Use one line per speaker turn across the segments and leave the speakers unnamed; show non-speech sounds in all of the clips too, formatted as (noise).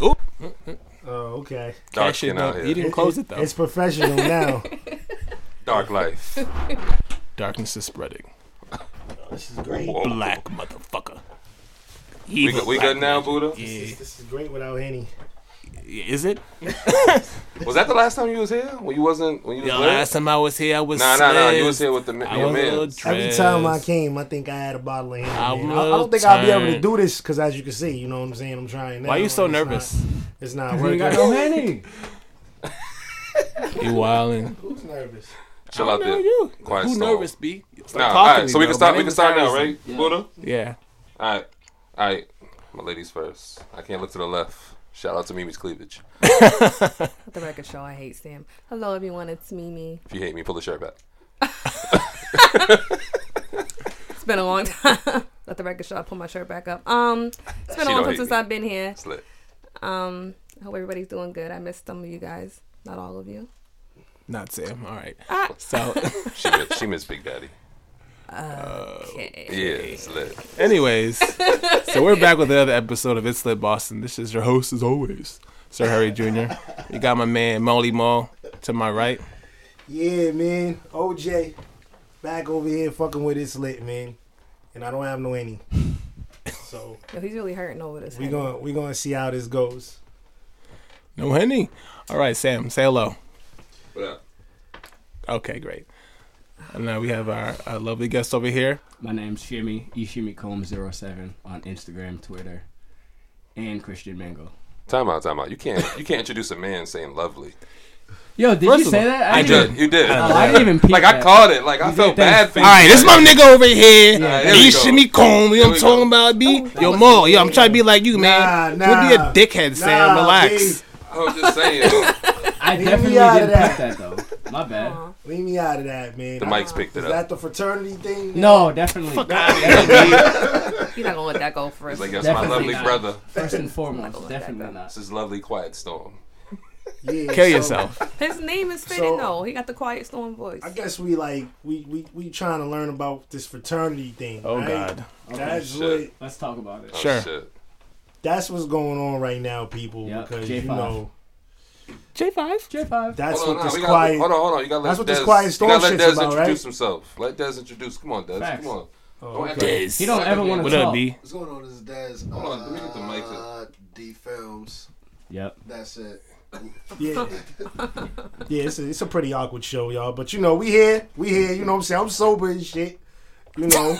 Oh, Okay.
Dark
That shit
skin out
don't-
here.
You didn't close Oh, it though.
It's professional
(laughs)
now.
Dark life.
Darkness is spreading.
this is great.
Whoa.
Black motherfucker.
We,
Evil
good- we
black
good now, Buddha?
Yeah.
This, this is great without any.
Is it?
Was that the last time you was here? When you wasn't? When you was
The
lit?
last time I was here, I was
Nah, nah, nah. You was
slim.
here with the ma-
I
your
was a little
man.
drunk.
Every
Dress.
time I came, I think I had a bottle of Henny.
I
man. I, I
will
don't think I'll be able to
turn.
do this because, as you can see, you know what I'm saying. I'm trying. Now,
Why you so
and it's
nervous?
not- it's not
You ain't
working.
got no henny.
(laughs)
You wildin'.
Who's nervous?
Chill out there.
you.
Quiet
Who
storm.
nervous, B? Stop
Nah, all
talking
right.
to
So
me,
we can
though.
start.
My
We
name
can
is
start now,
Harrison.
right, Buddha?
Yeah.
All right, all right. My ladies first. I can't look to the left. Shout out to Mimi's cleavage.
Let the record show I hate Sam. Hello, everyone. It's Mimi.
If you hate me, pull the shirt back.
It's been a long (laughs) time. Let the record show. I pull my shirt back up. Um, it's been
She
a
don't
long
hate
time since
me.
I've been here.
It's lit.
Um, I hope everybody's doing good. I missed some of you guys. Not all of you.
Not Sam. All right.
Ah.
So, (laughs)
She miss, she miss Big Daddy.
Okay.
Yeah, it's lit.
anyways, so we're back with another episode of It's Lit Boston. This is your host, as always, Sir Harry Jr. You got my man Molly Mall to my right.
Yeah, man. OJ, back over here fucking with this lit, man. And I don't have
(laughs)
no any. So
Yo, he's really hurting over this.
we
honey.
gonna we gonna see how this goes.
No henny. All right, Sam. Say hello.
What up?
Okay, great. And now we have our, our lovely guest over here.
My name's Shimmy, Ishimi Combs07 on Instagram, Twitter, and Christian Mango.
Time out, time out. You can't you can't introduce a man saying lovely.
Yo, did
First
you
of
say
all,
that?
I
You
didn't
did.
even-
You did.
Oh, I didn't even peep
Like I
that.
caught it. Like I
You
felt
did, thanks.
bad for you.
All right, this is my nigga over here.
Yeah,
there we
he
go.
shimmy comb. You know what I'm
There we
talking about, B?
that
yo,
was
Maul,
me.
yo, I'm trying to be like you, man.
Nah,
Don't be a
nah.
dickhead, Sam.
Nah,
Relax.
I was
(laughs)
just saying.
I
Leave me
definitely
out of
didn't
that.
peep that though. My bad.
Aw.
leave, leave me out of that, man.
The mics picked
Is
it up.
that the fraternity thing?
No, definitely.
You're not gonna let that go for us.
It's like that's my
Definitely
lovely
not.
brother.
First and
I'm not gonna
foremost,
let that
definitely
go.
This
not.
is lovely quiet storm.
Yeah,
Kill
so
yourself.
His name is fitting
So-
though. He got the quiet storm voice.
I guess we like we we we trying to learn about this fraternity thing.
Oh
right?
God.
Okay,
That's
Shit.
what
let's talk about it.
Oh,
Sure.
Shit.
that's what's going on right now, people.
Yep,
because
J5.
you know
J five.
J five.
that's
hold on,
what
nah,
this
we gotta-
quiet.
hold on, hold on. You gotta let
That's what
Dez,
this quiet storm
You gotta let
shit's
Dez
about,
introduce
right?
himself. Let Dez introduce. Come on, Dez.
Facts.
Come on.
Oh,
(laughs) Don't
okay.
act
He don't ever want to
What
talk.
up, B?
What's going on? This is Dez.
Hold on, let me get the mic
Uh, D Films.
Yep.
That's it.
Yeah, yeah, it's a, it's a pretty awkward show, y'all. But you know, we here, we here. You know what I'm saying? I'm sober and shit.
(laughs)
You know.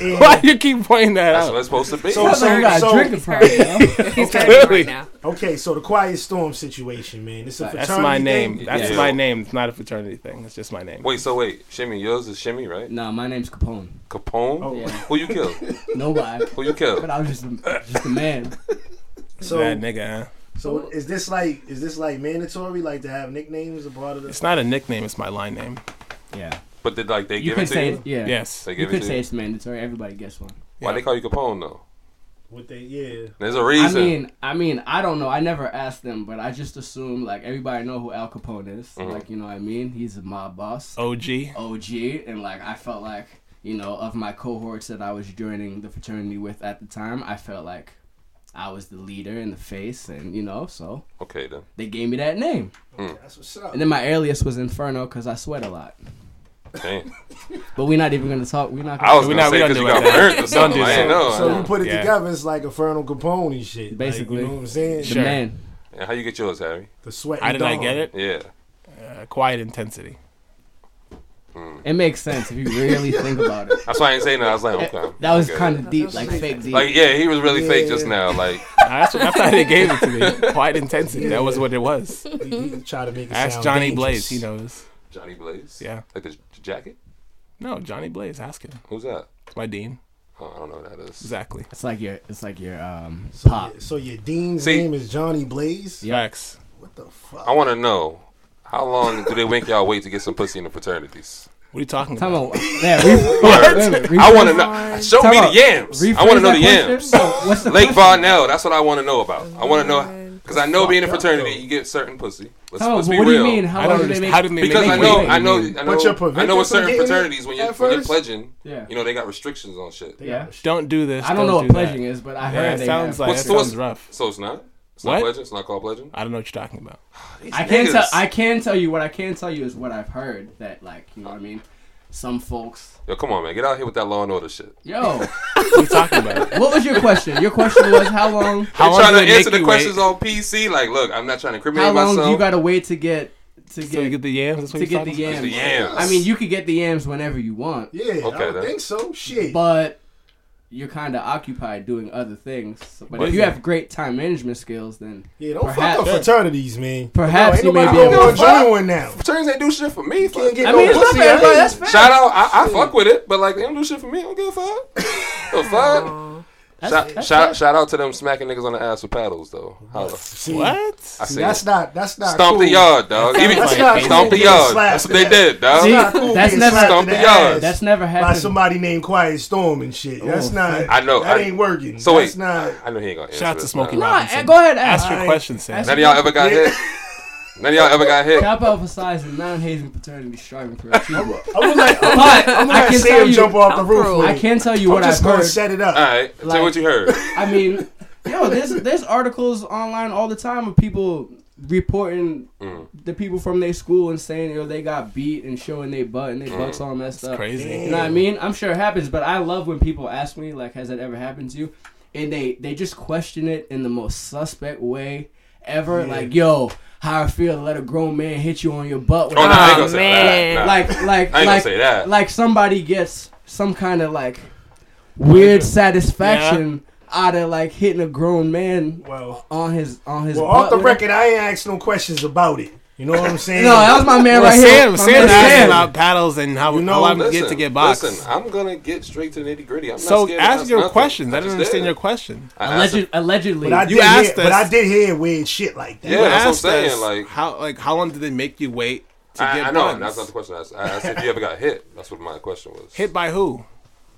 And
Why you keep pointing that
That's what
out?
it's supposed to be.
So-
Sounds like you got a
so-
drinking
He's
problem,
hurting.
yo.
He's
Okay.
hurting
Really?
right now.
okay, so the Quiet Storm situation, man. It's a fraternity
That's
That's my
thing.
name. That's
Yeah.
my name. It's not a fraternity thing. It's just my name.
wait, so wait, Shimmy, yours is Shimmy, right?
(laughs) Nah, my name's Capone.
Capone.
Oh.
Yeah.
Who you
(laughs)
kill?
No lie.
Who you
But
kill?
I was just just a man.
So,
Bad nigga. Huh?
so is this like is this like mandatory, like to have nicknames a part of
It's
the?
not a nickname. It's my line name.
Yeah.
But did like they
You
give it
could
to
say
you?
it. Yeah.
Yes.
They
You
give it
could
to
say
you.
it's mandatory. Everybody gets one.
Why they call you Capone though?
What they? Yeah.
There's a reason.
I mean, I mean, I don't know. I never asked them, but I just assume like everybody know who Al Capone is.
Mhm.
Like you know what I mean? He's a mob boss,
Oh. OG.
OG, and like I felt like you know of my cohorts that I was joining the fraternity with at the time, I felt like I was the leader and the face, and you know, so
okay then.
they gave me that name.
Hmm.
That's what's up.
And then my alias was Inferno because I sweat a lot. (laughs)
Damn.
But we're not even gonna talk. We're not. Gonna
I was
We
gonna
not- we don't
say because
do
you
it
got
like that.
burnt
Don't
or something.
do
I
that.
ain't know. I
So you
know.
put it
Yeah.
together, it's like Infernal Capone and shit.
Basically.
like, you know what I'm saying?
the
Sure.
man.
And how you get yours, Harry?
The sweat.
How
and
did I
dawn.
get it?
Yeah.
Uh, quiet intensity.
It makes sense if you really think
(laughs)
about it.
That's why I ain't saying that. I was
(laughs)
like, okay.
That was
okay.
kind of deep, like fake deep.
Like yeah, he was really fake just
Yeah.
now. Like
Nah, that's, what, that's how they gave it to me. Quiet intensity. That was what it was.
You- you try to make it
Ask
sound
Johnny
dangerous.
Blaze. He knows.
Johnny Blaze.
Yeah.
Like the j- jacket.
No, Johnny Blaze. Ask him.
Who's that?
It's my dean.
Oh, I don't know who that is.
Exactly.
It's like your, it's like your um
So,
pop.
your- so your dean's
See-
name is Johnny Blaze.
Yeah.
Facts.
What the fuck?
I want to know how long do they wink y'all wait to get some pussy in the fraternities?
What are you talking
Time
about?
out. Yeah,
(laughs)
re- wait, wait, wait,
I
rephrase-
want to know. Show
time
me the
out.
yams. I
rephrase
want to know
that
the
question.
yams.
So, What's the
Lake
question?
Varnell. That's what I want to know about. I want to know because I know being in fraternity, you get certain pussy. Let's,
Time out,
let's be
what do
real.
you mean? How
I
long
don't
do they
understand.
make?
How did they
Because
make
I
me
know,
wait?
I know, I know,
But you're
I know.
prevented
With
from
certain
getting it
fraternities, when you're,
at
when you're
first?
pledging,
Yeah.
you know they got restrictions on shit.
Yeah. Yeah.
Sh-
Don't do this.
I don't know
do
what pledging
that.
is, but I
Yeah,
heard
it
they
sounds
have.
like
What's-
it
what's-
sounds rough.
So it's not. It's not
What?
Legend? It's not called Legend?
I don't know what you're talking
(laughs)
about.
These
I can tell.
niggas.
I can tell you what I can tell you is what I've heard that like you know what I mean. Some folks.
Yo, come on, man. Get out here with that Law and Order shit. (laughs)
Yo,
What are you talking about?
what was your question? Your question was how long?
How
I'm
long
trying
does it
to
make
answer the
you
questions
wait
on PC. Like, look, I'm not trying to incriminate
How long
myself.
do you gotta wait to get to
till you
get
get the yams? That's what
to
you're
get the
talking about?
It's
yams?
the yams.
I mean, you could get the yams whenever you want,
Yeah, I
Okay,
don't
then.
think so. Shit.
but you're kind of occupied doing other things. So- But
What
if
is
you
that?
have great time management skills, then
yeah, don't
perhaps-
fuck up fraternities, man.
Perhaps
Yo,
you may
ain't
be
nobody
able
going
to-
to join one now.
Turns ain't do shit for me.
Can't get
I
no
mean, it's not
pussy. I
fair, but
ain't-
that's
(laughs)
fair.
Shout out, I, I fuck with it, but like they don't do shit for me. I don't give a fuck. (laughs) The fuck.
Aw.
Shout, shout, shout out to them smacking niggas on the ass with paddles though. Holla.
See,
What?
I
See,
see.
that's
it.
not. That's not.
Stomp the
cool.
yard, dog. Even,
That's not cool.
stomp the
Getting
yard.
slapped.
That's what they did,
That's
dog.
not cool.
That's
being
never-
slapped in the
Stomp the yard.
ass
That's never
by
happened.
somebody named Quiet Storm and shit. That's
Oh,
not.
I know,
That
I-
ain't working.
So
that's
wait,
not.
I know he ain't gonna answer.
Shout out to
this,
Smoking
man.
Nah, eh,
Robinson.
go ahead, ask.
Ask your
Alright.
question, Sam.
Ask
None of y'all ever got
Yeah.
hit. None of y'all ever
(laughs)
got hit.
Cap emphasized the non-hazing paternity striving for achievement.
I would like. I'm
But
gonna
I
let
can
Sam
tell you,
jump off the
I'm
roof.
cruel.
with
I
it.
can tell you
I'm
what I've
just gonna
heard.
set it up.
All right, tell me
Like-
what you heard.
I mean, yo, there's there's articles online all the time of people reporting
Mm.
the people from their school and saying, yo, they got beat and showing their butt and their butts all messed up. You
Crazy.
know what I mean? I'm sure it happens, but I love when people ask me, like, has that ever happened to you? And they, they just question it in the most suspect way ever.
Yeah.
Like, yo, how I feel to let a grown man hit you on your butt.
Oh, no, I ain't
Oh,
gonna say that.
man.
Nah.
like, like,
I ain't gonna
like,
say that.
like somebody gets some kind of like weird satisfaction out of like hitting a grown man
Well,
on his on his.
well,
butt
off the
with a-
record, I ain't asked no questions about it. You know what I'm saying?
No, that was my man
Well,
right
Sam,
here. My
Sam
man
asked
Sam.
about paddles and how,
You know,
how I'm gonna
Listen,
get to get boxed.
Listen, I'm gonna get straight to the nitty gritty. I'm not
so
scared to
ask your
nothing.
questions. I
just
didn't understand
did.
your question.
I asked
Alleged,
it.
allegedly,
But I
You
did
asked
hear, but
us.
I did hear weird shit like that.
Yeah,
You
that's what I'm
asked
saying,
us
like-
how like how long did it make you wait to
I,
get
I know.
buns?
That's not the question I asked. I asked if you ever got hit. That's what my question was.
Hit by who?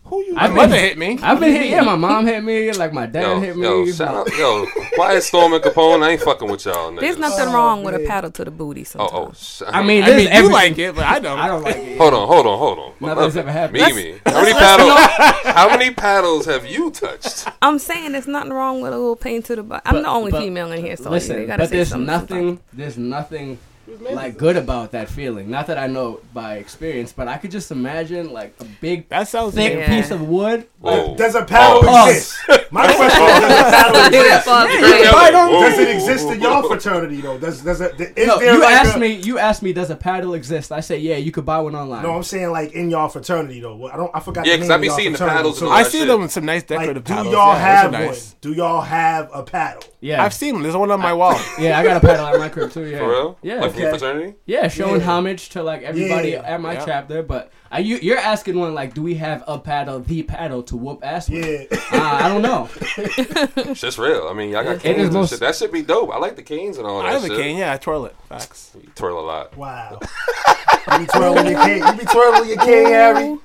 Who you?
My
I've been-
mother hit me.
I've been hit. Yeah, my mom hit me. Like my dad
Yo,
hit me.
yo, shout out, yo, Quiet Storm and Capone. I ain't fucking with y'all. Niggas.
There's nothing
Oh,
wrong with a
man.
paddle to the booty.
Oh,
Sometimes.
oh. Sh-
I mean,
I
this
mean,
is every,
you like it, but I don't.
(laughs) I don't like it.
Hold on, hold on, hold on. My (laughs)
Nothing's
love.
ever happened.
Mimi, how many paddles? (laughs) how many paddles have you touched?
I'm saying there's nothing wrong with a little pain to the butt. I'm
But-
the only
but-
female in here, so
Listen,
you gotta
but
say
there's
something
nothing. There's nothing like good about that feeling. Not that I know by experience, but I could just imagine like a big
That sounds
thick
Yeah.
piece of wood.
Whoa.
Does a paddle
Oh.
exist? My question is, does a paddle
sometimes. (laughs) Do
exist?
that for us,
you
right?
can buy it on-
Whoa.
Does it exist in your fraternity though? Does does it? Is
No,
there
you
like
asked
a,
me. You asked me, does a paddle exist? I say, yeah, you could buy one online.
No, I'm saying like in y'all fraternity though. What- I don't. I forgot.
Yeah,
the
'cause
name
I
of
be
y'all
seeing the
fraternity,
paddles
so,
and all
I
Oh, that
see
shit.
them with some nice
Like, do
decorative paddles.
y'all
yeah,
have
those are nice.
one? Do y'all have a paddle?
yeah,
I've seen them. There's one on my
(laughs)
wall.
Oh,
yeah, I got a paddle at my crib too. Yeah,
For real?
Yeah,
Like from your
Okay.
fraternity?
yeah, showing
Yeah.
homage to like everybody
Yeah.
at my
Yeah.
chapter. But I, you, you're asking one like, do we have a paddle, the paddle to whoop ass with?
Yeah.
Uh, I don't
(laughs)
know.
Shit's real. I mean, y'all got
It is
canes and
most-
shit. That should be dope. I like the canes and all that
I have a
shit.
cane. Yeah, I twirl it. Facts.
You twirl a lot.
Wow. you be twirling your king. You be twirling your king, Harry. You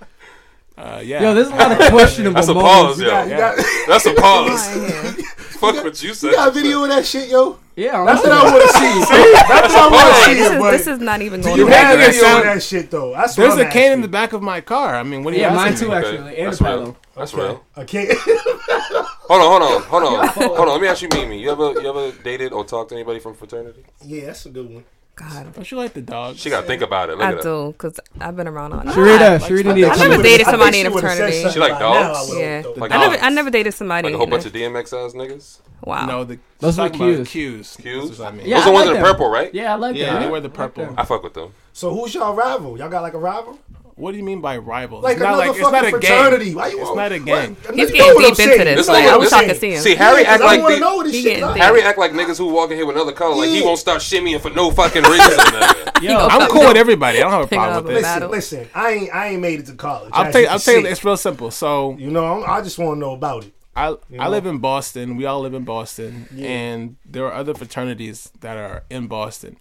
Uh, yeah.
Yo, there's a lot of questionable
That's a
moments.
pause, yo.
got, you
Yeah.
got, you (laughs)
That's a pause.
Right here.
Fuck what you said.
got video of that shit, yo.
Yeah,
That's what
honestly.
I want to see. That's what I
Hey,
want to see.
This is,
but
this is not even going
you
to
have
making it
video of
sound-
that shit though. That's what
There's
I'm
a cane in
asking.
the back of my car. I mean, what do you
(laughs) Yeah, mine
asking
too,
me?
actually. And a
That's real.
paddle.
That's real.
A cane.
Hold on, hold on, hold on, hold on. Let me ask you, Mimi. You ever, you ever dated or talked to anybody from fraternity?
yeah, that's a good one.
God,
Don't you like the dog?
She got to think about it. Look
I
at her.
do, because I've been around all night.
Sharita, Sharita need to
I
come
never
in.
dated
I think
somebody
she
in a
would've said
fraternity.
something
She like
by now,
dogs?
I would've
Yeah.
thought.
Like
I never,
dogs.
I never dated somebody.
Like a whole
in a-
bunch of DMX ass niggas.
wow.
No, the
Those
she's
are
talking about
cues.
cues.
Cues?
That's what I mean.
Those
Yeah, I
are the ones
like
in the
them.
purple, right?
Yeah, I like
Yeah,
that.
they wear the purple.
I fuck with them.
So who's y'all rival? Y'all got like a rival?
What do you mean by rival?
Like
it's not
another
like
fucking
it's not a
fraternity.
gang.
Why you
It's
all-
not a gang.
What?
He's
You
getting
know what I'm
deep into
saying.
this.
This nigga-
I wish I
this-
could see him.
See, Harry
Yeah, 'cause
act
I
like
wanna
the-
know this
He
shit.
getting
Nah,
thick.
Harry act like niggas who walking here with another color. Like he
Yeah.
won't start shimmying for no fucking reason.
(laughs)
nigga.
He gonna
I'm
fuck
cool
with
with everybody. I don't have a
Pick
problem
up
with
a
this.
bat.
Listen,
battle.
listen, I ain't I ain't made it to college.
I'll
as
tell you,
can
I'll tell you,
see.
it's real simple. So
You know, I'm, I just want to know about it.
I I
know?
live in Boston. We all live in Boston,
Yeah.
and there are other fraternities that are in Boston.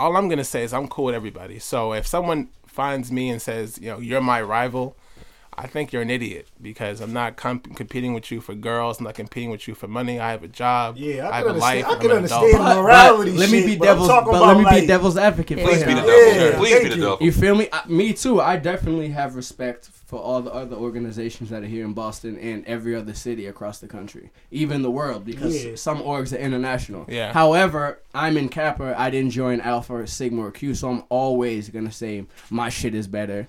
All I'm gonna say is I'm cool with everybody. So if someone finds me and says, you know, you're my rival, I think you're an idiot because I'm not comp- competing with you for girls. I'm not competing with you for money. I have a job.
Yeah, I
I have
can
a
understand-
life.
I
I'm
can
an
understand
adult.
that. Morality
let me
shit,
be
but I'm
devil's.
talking
But
about
let me
like-
be devil's advocate.
Yeah.
for
Please
him.
be the
Yeah,
devil. Please be
thank
the
you.
devil.
You feel me? I, me too. I definitely have respect for all the other organizations that are here in Boston and every other city across the country, even the world, because
Yeah.
some orgs are international.
Yeah.
However, I'm in Kappa. I didn't join Alpha or Sigma or Q, so I'm always gonna say my shit is better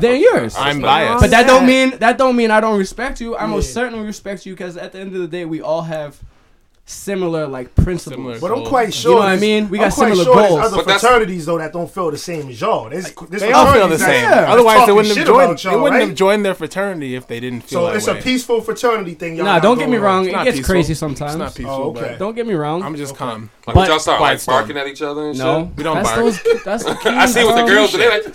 than yours.
I'm
But
biased.
but that don't
(laughs)
Yeah.
mean that don't mean I don't respect you. I most
Yeah.
certainly respect you because at the end of the day, we all have similar like principles.
Similar
But I'm
So-
quite sure.
know what I
there's-
mean? We
I'm
got
quite
similar
sure there's
goals.
Other
But that's-
fraternities though that don't feel the same as y'all. There's, there's
They all feel the
fraternities that-
same.
that's
Otherwise, they
talking
wouldn't have
shit
joined.
about
They
y'all,
wouldn't
right?
have joined their fraternity if they didn't feel
So
that
it's
way.
a peaceful fraternity thing. Y'all
Nah,
got
don't get
going
me
on.
wrong. It
It's not
gets
peaceful.
crazy
It's
sometimes.
not peaceful.
Oh,
but
okay.
Don't get me wrong.
I'm just calm.
Like,
But-
what y'all start
Quiet
like
storm.
barking at each other and
No,
shit?
We don't
that's
bark.
Those,
(laughs)
that's the
I see what the
kids,
girls do. They like,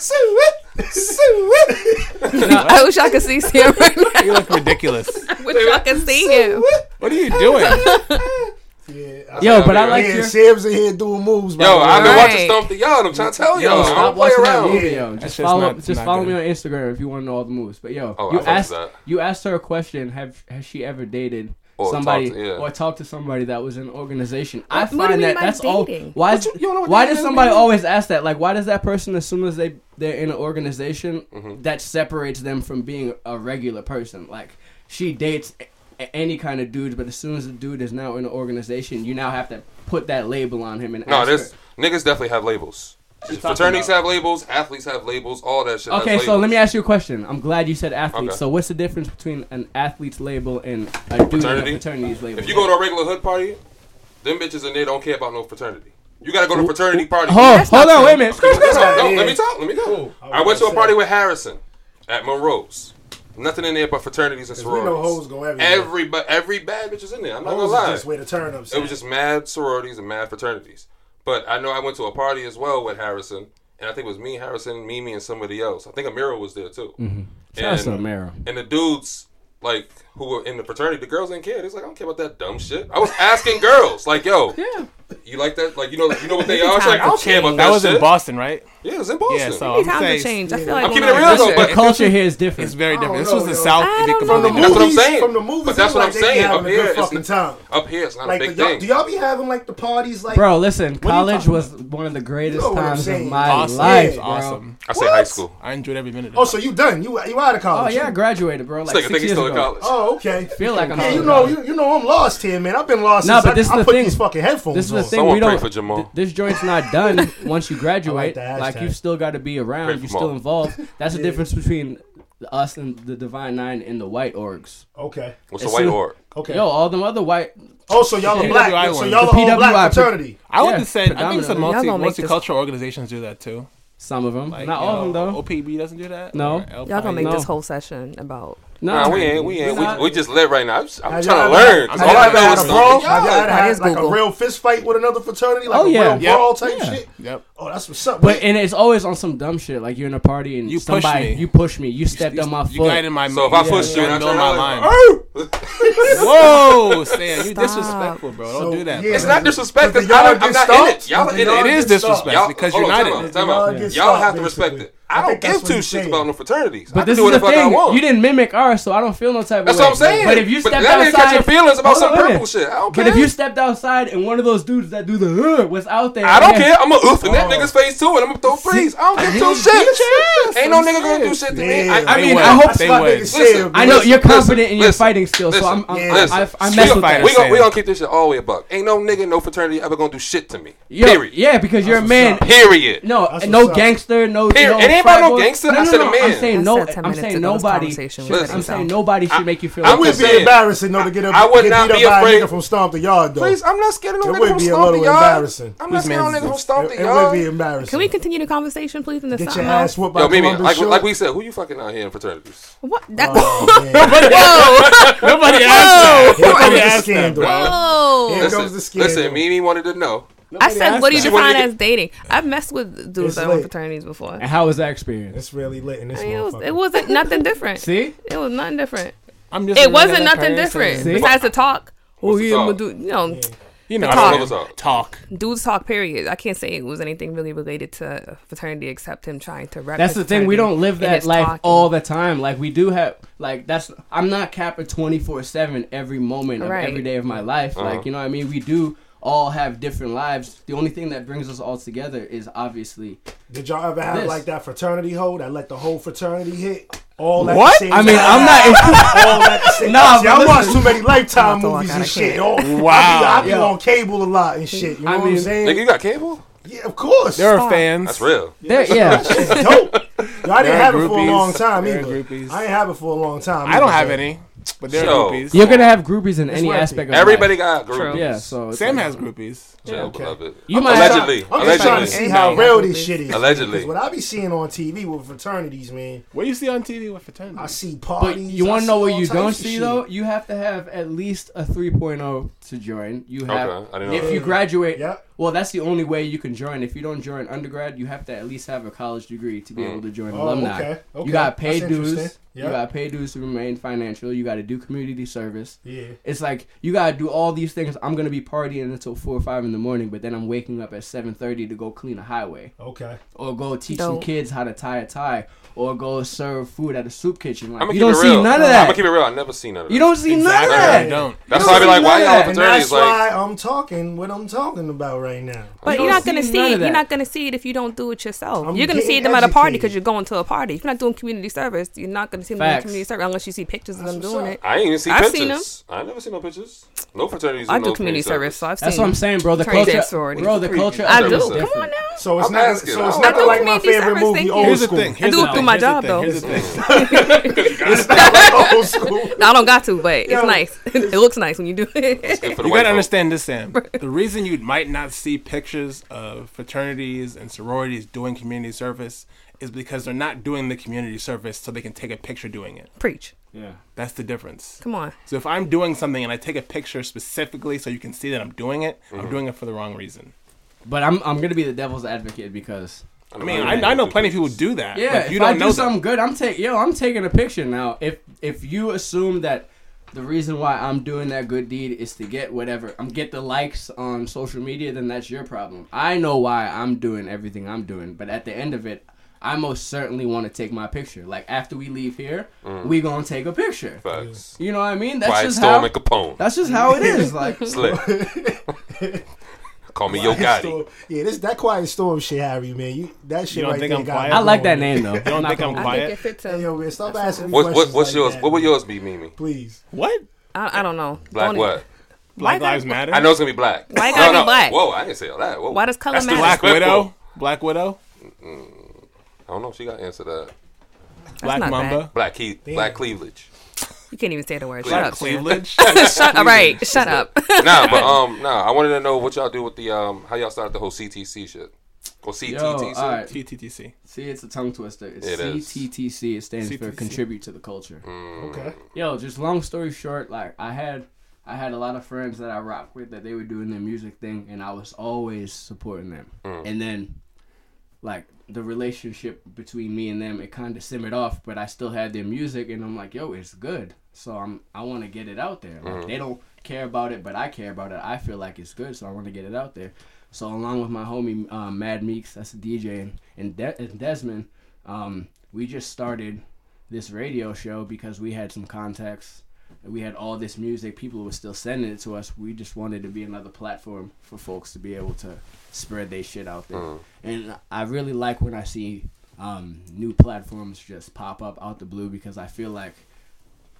I wish y'all could see Sam right now.
(laughs)
You look ridiculous.
Wish y'all could see him.
what are you
(laughs)
doing?
(laughs) Yeah,
Yo, but I
Yeah,
like
yeah,
your.
Sam's in here doing moves. by
yo,
the way.
I've been
Right.
watching Stomp the Yard. I'm trying to tell
Yo,
y'all. I
stop
don't play
watching that
around.
movie, yo. Just
shit's
follow,
not-
just
not
follow
good.
me on Instagram if you want to know all the moves. But yo,
Oh, I
you
fucks with
asked
that.
you asked her a question. Have has she ever dated
Or talked
somebody
to- yeah.
or talked to somebody that was in an organization?
What-
I
what do you
find
mean
that
by
that's all.
dating?
Why
What you- you don't know what
why
dating
does
is,
somebody
man?
always ask that? Like, why does that person as soon as they they're in an organization
Mm-hmm.
that separates them from being a regular person? Like, she dates. a- Any kind of dudes, but as soon as the dude is now in an organization, you now have to put that label on him and
No,
ask
this
her.
niggas definitely have labels. Fraternities have labels. Athletes have labels. All that shit.
Okay,
has
so
labels.
let me ask you a question. I'm glad you said athlete.
Okay.
So what's the difference between an athlete's label and a dude in a
Fraternity?
fraternity's label?
If you go to a regular hood party, them bitches in there don't care about no fraternity. You gotta go to a fraternity party.
oh, hold on, wait a minute.
No,
Yeah.
let me talk. Let me go. I went to a party with Harrison at Monroe's. Nothing in there but fraternities and
'Cause we
sororities.
know hoes go everywhere.
Every but every bad bitch is in there. I'm not
Hoes is
gonna lie.
just way to turn up.
It was just mad sororities and mad fraternities. But I know I went to a party as well with Harrison, and I think it was me, Harrison, Mimi, and somebody else. I think Amira was there too.
That's
And-
Mero.
and the dudes like who were in the fraternity, the girls didn't care. They was like, I don't care about that dumb shit. I was asking girls, like, yo,
Yeah.
you like that? Like, you know, you know what they are. It's like, I don't care about that,
That was
shit.
in Boston, right?
Yeah, it was in Boston.
Yeah. So I'm
These times
saying
have
it's-
changed. I feel like
I'm keeping
when
it
I
real
was
though,
The
but
younger-
culture here is different.
It's very
don't
different. This
know,
was the
yo.
South.
I
It
don't
could
from the
completely
movies,
That's
different.
what I'm saying.
From the movies,
But that's
it
what
look like
I'm
they
saying.
having
Up
a
here,
good
it's-
fucking time.
up here, it's not
Like,
a
do
big
y'all,
thing.
do y'all be having like the parties like?
Bro, listen,
are you
college
talking
was one of the greatest
You know what I'm
times of
saying.
my
Awesome.
life,
Yeah.
bro.
Awesome.
I say high school.
I enjoyed every minute. Of
Oh,
it.
so you done? You you out of
Oh
college?
yeah, I graduated, bro.
This
Like
nigga think
six
he's
years
still in
ago.
college.
Oh okay.
Feel like I'm
Yeah,
still
you
in
know
college.
you, you know I'm lost here, man. I've been lost
Nah,
since
but
I-
this is
I,
the
put
thing.
these fucking headphones
This is the
on.
thing
Someone
we
pray
don't.
for Jamal.
th- this joint's not done (laughs) once you graduate.
the
like
hashtag.
you still got to be
Pray
around.
for
You're
Jamal.
still involved. That's the difference between us and the Divine Nine and the white orgs.
Okay.
What's a
It's
white
in-
org?
Okay.
Yo, all them other white.
oh, so y'all are
PWI
black. So
ones.
y'all
The
are all
PWI
black fraternity.
I would
Yeah,
have said. I think some multi,
predominantly. Y'all gonna make this-
multicultural organizations do that too.
Some of them,
Like,
not
you
all of them
know,
though.
OPB doesn't do that. Or
No.
LPI.
Y'all gonna make
No.
this whole session about
No,
Nah, we ain't. We ain't.
Nah.
We, we just lit right now. I'm, just- I'm
Have
trying
y'all
to
ever-
learn.
Have
All
y'all
I
ever
know
had
is
a brawl?
something.
Have y'all ever
That
had
is
like a
Google.
real fist fight with another fraternity? Like
Oh,
a
yeah.
real
Yep.
brawl type shit?
Yep.
Oh, that's what's up.
But and it's always on some dumb shit. Like you're in a party and
You pushed
somebody
me.
you push me, you stepped
You,
on my foot.
you guided my.
So if I
you
push you and I
guided
turn
my
around,
line.
like,
Whoa, Sam, you
Stop.
disrespectful, bro. Don't
So,
do that.
yeah.
It's
bro.
not
But
disrespect because
did y'all
y'all I'm
get
not in
stopped?
it. Y'all
But
in
did
it.
y'all
It is
get stopped?
disrespect because
hold
you're not
on, time
in
out,
it.
time
Y'all
out.
get
Y'all
stopped,
have to respect
basically.
it. I
I
don't
think that's
give
what
two
he's
shits
saying.
about no fraternities. I
But
can
this
do
is the
whatever the fuck I
thing.
want.
You didn't mimic ours, so I don't feel no type
That's
of way.
what I'm saying.
But if you
But
stepped
that didn't
outside,
catch your feelings about
Hold
some
on, wait a
purple
minute.
shit. I don't
But
care.
if you stepped outside and one of those dudes that do the "Huh," was out there,
I don't
yeah,
care. I'm gonna oof in that nigga's face too, and I'm gonna throw threes. I don't give two shits. Ain't no nigga gonna do shit to me. I,
Yeah.
I
They
mean,
would.
I hope.
they
That's my
would.
nigga
Listen,
Sam,
I know
man.
you're confident in your
listen,
fighting skills, so I'm, I'm,
listen,
I, I, I
listen.
mess
We
with that.
fighter,
We gonna, we
Sam.
gonna keep this shit all the way a buck. Ain't no nigga, in no fraternity ever gonna do shit to me.
Yo,
Period.
Yeah, because you're a man.
Period.
No,
That's
no
what's up.
gangster, no.
Period.
no
It ain't about no
tribal-
gangster, I said a man.
I'm saying
That's
no.
that 10
I'm
minutes
saying
ago, this
nobody.
conversation
was
I'm
Listen.
saying nobody should make you feel.
I
like
It would
that.
I'm
be
saying-
embarrassing though to get up.
I would
get
not
beat
be
up by
afraid-
a nigga from Stomp the Yard though.
Please, I'm not scared of no
It
nigga
would
from
be a
Stomp
little
the Yard.
embarrassing.
I'm not
Whose
scared of
man's
no
this?
nigga from Stomp
it,
the
it would
Yard.
be embarrassing.
Can we continue the conversation, please? And then
get your
something
ass
else.
whooped by
Yo, Mimi,
Columbus
like,
Short?
like we said, who you fucking out here in fraternities?
What? That, (laughs)
Oh, man.
Nobody asked
Here
that.
comes
Nobody
the
asked that,
scandal.
bro.
Whoa!
Here comes the
Listen,
scandal.
listen, Mimi wanted to know.
I said,
asked
what do you
that.
She wanted
define
to
as dating? I've messed with dudes
It's
that were in
lit.
fraternities before.
And how was that experience?
It's really lit in this
I mean, it, was,
motherfucker.
it wasn't nothing different.
See,
It was nothing different.
I'm just a
It
regular
wasn't nothing
person.
different.
See?
Besides the talk. Oh,
the
yeah, I'm
talk?
gonna do. You know,
You know,
The
I don't
talk.
know. talk.
Dudes talk. Period. I can't say it was anything really related to fraternity except him trying to rep.
That's
his
the thing. We
fraternity
don't live
in
that
his
life
talking.
all the time. Like we do have, like that's. I'm not capped twenty four seven every moment of
Right.
every day of my life.
Uh-huh.
Like you know, what I mean, we do all have different lives. The only thing that brings us all together is obviously.
Did y'all ever have
This.
like that fraternity hoe that let the whole fraternity hit? All that
What?
Same
I mean, I'm not.
(laughs) all that same.
Nah,
Nah, See,
but
I watch
listen.
too many Lifetime
I thought I
movies and
gotta
shit.
quit.
Oh,
Wow.
I be, I be
Yo.
on cable a lot and shit. You know
I
what I'm
mean-
saying?
Nigga, you got cable?
yeah, of
(laughs)
course.
There are fans.
That's real. (laughs)
There, yeah.
It's dope. Yo, I didn't
There are
have it for a
groupies.
long time
There are
either.
groupies.
I ain't have it for a long time.
I don't
either,
have
so.
any, but there are
Yo.
groupies.
You're gonna have groupies in any
worth it.
aspect of
Everybody got
life.
groupies.
True.
Yeah. So it's
Sam
like-
has groupies.
Yeah,
okay.
beloved.
You might-
allegedly.
I'm just trying to
allegedly.
see how
Everybody
real
got
this shit is.
Allegedly.
Because what I be seeing on TV with fraternities, man,
What do you see on TV with
I
fraternity?
see
But
parties.
you want
want
to know what you don't see though? You have to have at least a 3.0 to join. You have
Okay, I didn't know
if
that.
you graduate.
Yeah.
Well, that's the only way you can join. If you don't join undergrad, you have to at least have a college degree to be able to join
Oh,
alumni.
okay, okay.
You got
That's
paid dues.
interesting.
You
Yeah.
got paid dues to remain financial. You got to do community service.
Yeah.
It's like you gotta do all these things. I'm gonna be partying until four or five in the morning, but then I'm waking up at seven thirty to go clean a highway
Okay.
or go teach some
Dope.
kids how to tie a tie, or go serve food at a soup kitchen. Like,
I'm gonna
you
keep
don't
it
see
real.
none of
I'm gonna
that.
keep it real. I never seen none of that.
You don't see
Exactly.
none
I
of that.
don't.
That's
you
why I
don't
be like,
see
why
none
y'all
of
And
fraternity
that's
is like.
why I'm talking what I'm talking about right now.
But
You
you're
don't
not gonna
see
see
none
it.
of
You're
that.
not gonna see it if you don't do it yourself.
I'm
you're gonna see
getting
them at a party
educated.
because you're going to a party. If you're not doing community service, you're not gonna see them doing
Facts.
community service unless you see pictures of
That's
them
what's
doing
up.
it.
I ain't even see
I've
pictures.
seen
I never seen no pitches. No fraternities.
I
and
do
no
community service, so I've seen.
That's what I'm saying, bro. The
Turns
culture,
out sorority.
bro. The culture.
(laughs) I do.
is
Different.
Come
different.
on
(laughs)
now.
So it's
I'm
not
asking.
so it's
I
not
don't
like
know.
my favorite
Community service,
movie,
thank
old
you.
Here's the
school.
thing. Here's
do
the
it
thing.
through my
Here's the
job,
thing.
though.
Here's the thing.
It's not like old school.
No, I don't got to, but
Yo.
it's nice. (laughs) it looks nice when you do it. (laughs)
Good for the
You
white
gotta
folk.
understand this, Sam. The reason you might not see pictures of fraternities and sororities doing community service is because they're not doing the community service so they can take a picture doing it.
Preach.
Yeah.
That's the difference.
Come on.
So if I'm doing something and I take a picture specifically so you can see that I'm doing it, I'm doing it for the wrong reason.
But I'm I'm gonna be the devil's advocate because
I mean, I, I know plenty of people do that. but
yeah,
you
if
don't
I
know
do
that.
something good, I'm taking yo, I'm taking a picture now. If if you assume that the reason why I'm doing that good deed is to get whatever, I'm get the likes on social media, then that's your problem. I know why I'm doing everything I'm doing, but at the end of it. I most certainly want to take my picture. Like after we leave here, we gonna take a picture.
Mm. Facts.
You know what I mean? That's
Quiet
just
Storm
how.
and Capone.
(laughs) That's just how it is. Like
Slick. Call me Yo Gotti.
Storm- Yeah, this that quiet storm shit, Harry, man. You that shit
You don't
right
think
there
I'm
got
quiet?
me
I like that
going.
name though.
don't
not
think
gonna
I'm
lie.
I
Quiet?
think it fits
Hey,
him.
yo, man, stop asking me
What, what,
questions
what's
like
yours?
that,
What would
man.
yours be, Mimi?
Please.
What?
I, I don't know.
Black
Don't- e-
what?
Black
Why
Lives
got-
Matter.
I know it's gonna be black.
Why gotta be black?
Whoa, I didn't say all that. Whoa.
Why does color
That's the
matter?
Black
disrespectful.
Widow. Black Widow.
I don't know if she got answered that.
Black
not
Mamba.
Black Keith.
Damn.
Black Cleavage. (laughs)
You can't even say the word.
Black
Shut up.
(laughs)
Sam.
Cleavage.
(laughs) Shut up. Right. Shut up.
nah, but um, nah. I wanted to know what y'all do with the um, how y'all started the whole CTC shit or
Yo,
CTTC.
all right.
TTTC.
See, it's a tongue twister. It's
It is.
CTTC. It stands for
CTTC.
contribute to the culture.
Mm.
Okay.
Yo, just long story short, like I had, I had a lot of friends that I rock with that they were doing their music thing, and I was always supporting them. And then, like the relationship between me and them, it kind of simmered off, but I still had their music, and I'm like, yo, it's good. So I'm, I want to get it out there. Like they don't care about it, but I care about it. I feel like it's good, so I want to get it out there. So along with my homie um, Mad Meeks, that's a DJ, and and, De- and Desmond, um, we just started this radio show because we had some contacts. We had all this music. People were still sending it to us. We just wanted to be another platform for folks to be able to spread their shit out there. And I really like when I see um, new platforms just pop up out the blue because I feel like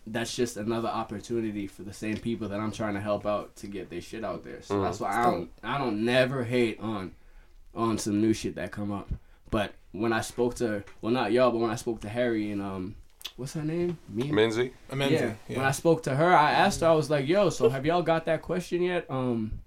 that's just another opportunity for the same people that I'm trying to help out to get their shit out there. So that's why I don't I don't never hate on on some new shit that come up. But when I spoke to well not y'all, but when I spoke to Harry and um what's her name? Me
Menzie.
Amazing.
yeah. When I spoke to her, I asked her, I was like, yo, so have y'all got that question yet? Um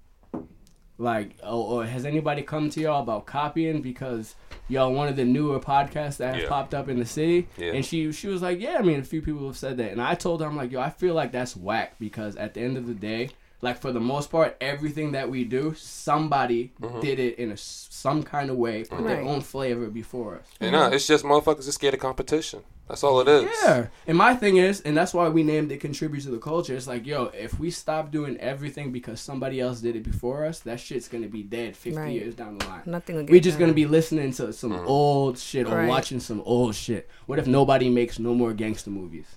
like oh, or has anybody come to y'all about copying because y'all one of the newer podcasts that have
Yeah.
popped up in the city
Yeah.
and she she was like yeah i mean a few people have said that and i told her i'm like yo i feel like that's whack because at the end of the day Like for the most part, everything that we do, somebody
Mm-hmm.
did it in a, s- some kind of way, with their
Right.
own flavor before us.
You know, it's just motherfuckers are scared of competition. That's all it is.
Yeah. And my thing is, and that's why we named it contribute to the culture. It's like, yo, if we stop doing everything because somebody else did it before us, that shit's gonna be dead fifty
Right.
years down the line.
(laughs) Nothing will get
We're just
done.
gonna be listening to some old shit or
Right.
watching some old shit. What if nobody makes no more gangster movies,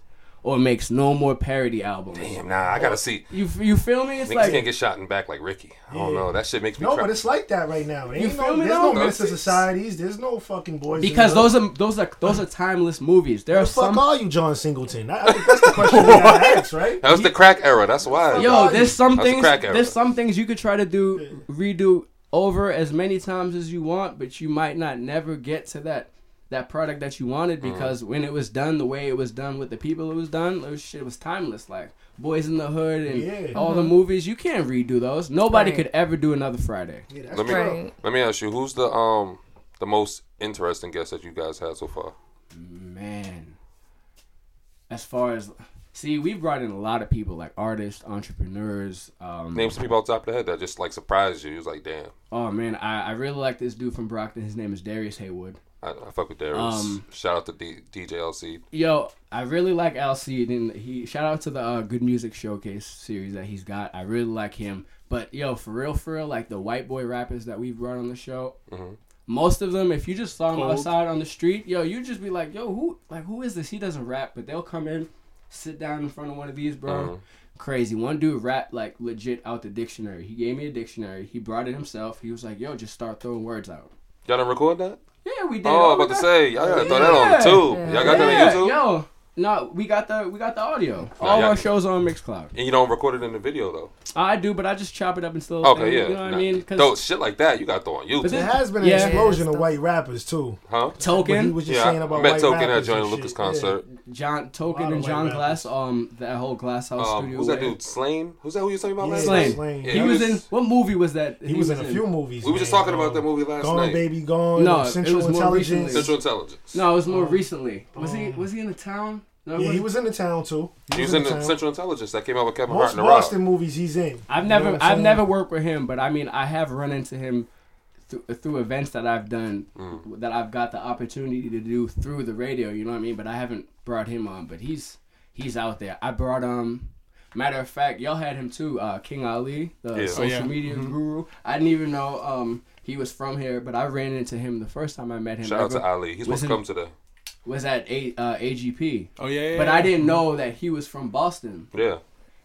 or makes no more parody albums?
Damn, nah, I gotta see.
You you feel me? It's
Niggas
like
can't get shot in the back like Ricky. I don't
Yeah.
know. That shit makes me
No,
cry.
but it's like that right now. Ain't
feel
no,
me
there's
though?
no minister
That's-
societies. There's no fucking boys.
because
and girls.
those are those are those are timeless movies. There are
Who the fuck
some
are you, John Singleton? I, I think that's the question we
(laughs)
gotta ask, right?
that was the crack era. That's why.
Yo, there's some
That's a
things.
crack era.
There's some things you could try to do, redo over as many times as you want, but you might not never get to that that product that you wanted
Mm-hmm.
because when it was done the way it was done with the people it was done, those shit was timeless. Like Boys in the Hood and
Yeah.
all the movies, you can't redo those. Nobody
Right.
could ever do another Friday.
Yeah, that's
Let me
true.
Right.
let me ask you, who's the um the most interesting guest that you guys had so far?
Man, as far as see, we brought in a lot of people like artists, entrepreneurs. Um,
Name some people off the top of the head that just like surprised you. You was like, damn,
oh man, I, I really like this dude from Brockton. His name is Darius Haywood.
I, I fuck with Darius.
Um,
Shout out to D- DJ LC.
Yo, I really like Al Seed, and he shout out to the uh, Good Music Showcase series that he's got. I really like him, but yo, for real, for real, like the white boy rappers that we've brought on the show,
Mm-hmm.
most of them, if you just saw them
Cold.
outside on the street, yo, you just be like, yo, who, like, who is this? He doesn't rap, but they'll come in, sit down in front of one of these, bro.
Uh-huh.
Crazy. One dude rapped like legit out the dictionary. He gave me a dictionary. He brought it himself. He was like, yo, just start throwing words out.
Y'all done record that?
Yeah, we did.
Oh,
my
about to
God.
say, y'all gotta throw that on the
Yeah.
tube. Y'all got
Yeah,
that on YouTube?
Yo, no, we got the we got the audio. All
yeah.
our shows are on Mixcloud.
And you don't record it in the video though.
I do, but I just chop it up and still.
Okay, yeah.
You know what
nah.
I mean?
Though,
Because
shit like that, you gotta throw on
But
YouTube.
There
then-
has been an
Yeah.
explosion of
Yeah,
white rappers too.
Huh?
What he
Token,
was just
Yeah,
saying
I
about
met
white
Token at
rappers
Johnny
and
Lucas
shit.
concert.
John Token
Lot of
and
white
John
rappers.
Glass, um, that whole Glass House
Um,
studio.
who's that
way.
dude? Slain? Who's that who you talking about
Yeah.
last
Slain.
night?
Slain.
Yeah,
he was in
was-
what movie was that?
He, was in a few movies.
We were just
man.
talking about that movie last
Gone
night.
Baby Gone. No,
No,
Central
it was more
Intelligence.
recently.
Central Intelligence.
No, it was more recently. Was he was he in the town? No,
Oh. Yeah, he
wasn't.
was in the town too.
He was in the
town.
Central Intelligence that came out with Kevin Hart
Most
and The Rock.
Boston movies he's in.
I've
You
never
know what I'm
I've
saying?
never worked with him, but I mean I have run into him through, through events that I've done
Mm.
that I've got the opportunity to do through the radio. You know what I mean? But I haven't brought him on. But he's he's out there. I brought um. Matter of fact, y'all had him too, uh, King Ali, the
Yeah. Oh,
social
yeah.
media
Mm-hmm.
guru. I didn't even know um, he was from here, but I ran into him the first time I met him.
Shout out to
ever,
Ali. He's supposed to
Listen.
come today.
was at a, uh, AGP,
Oh yeah, yeah.
but
yeah.
I didn't know that he was from Boston
Yeah.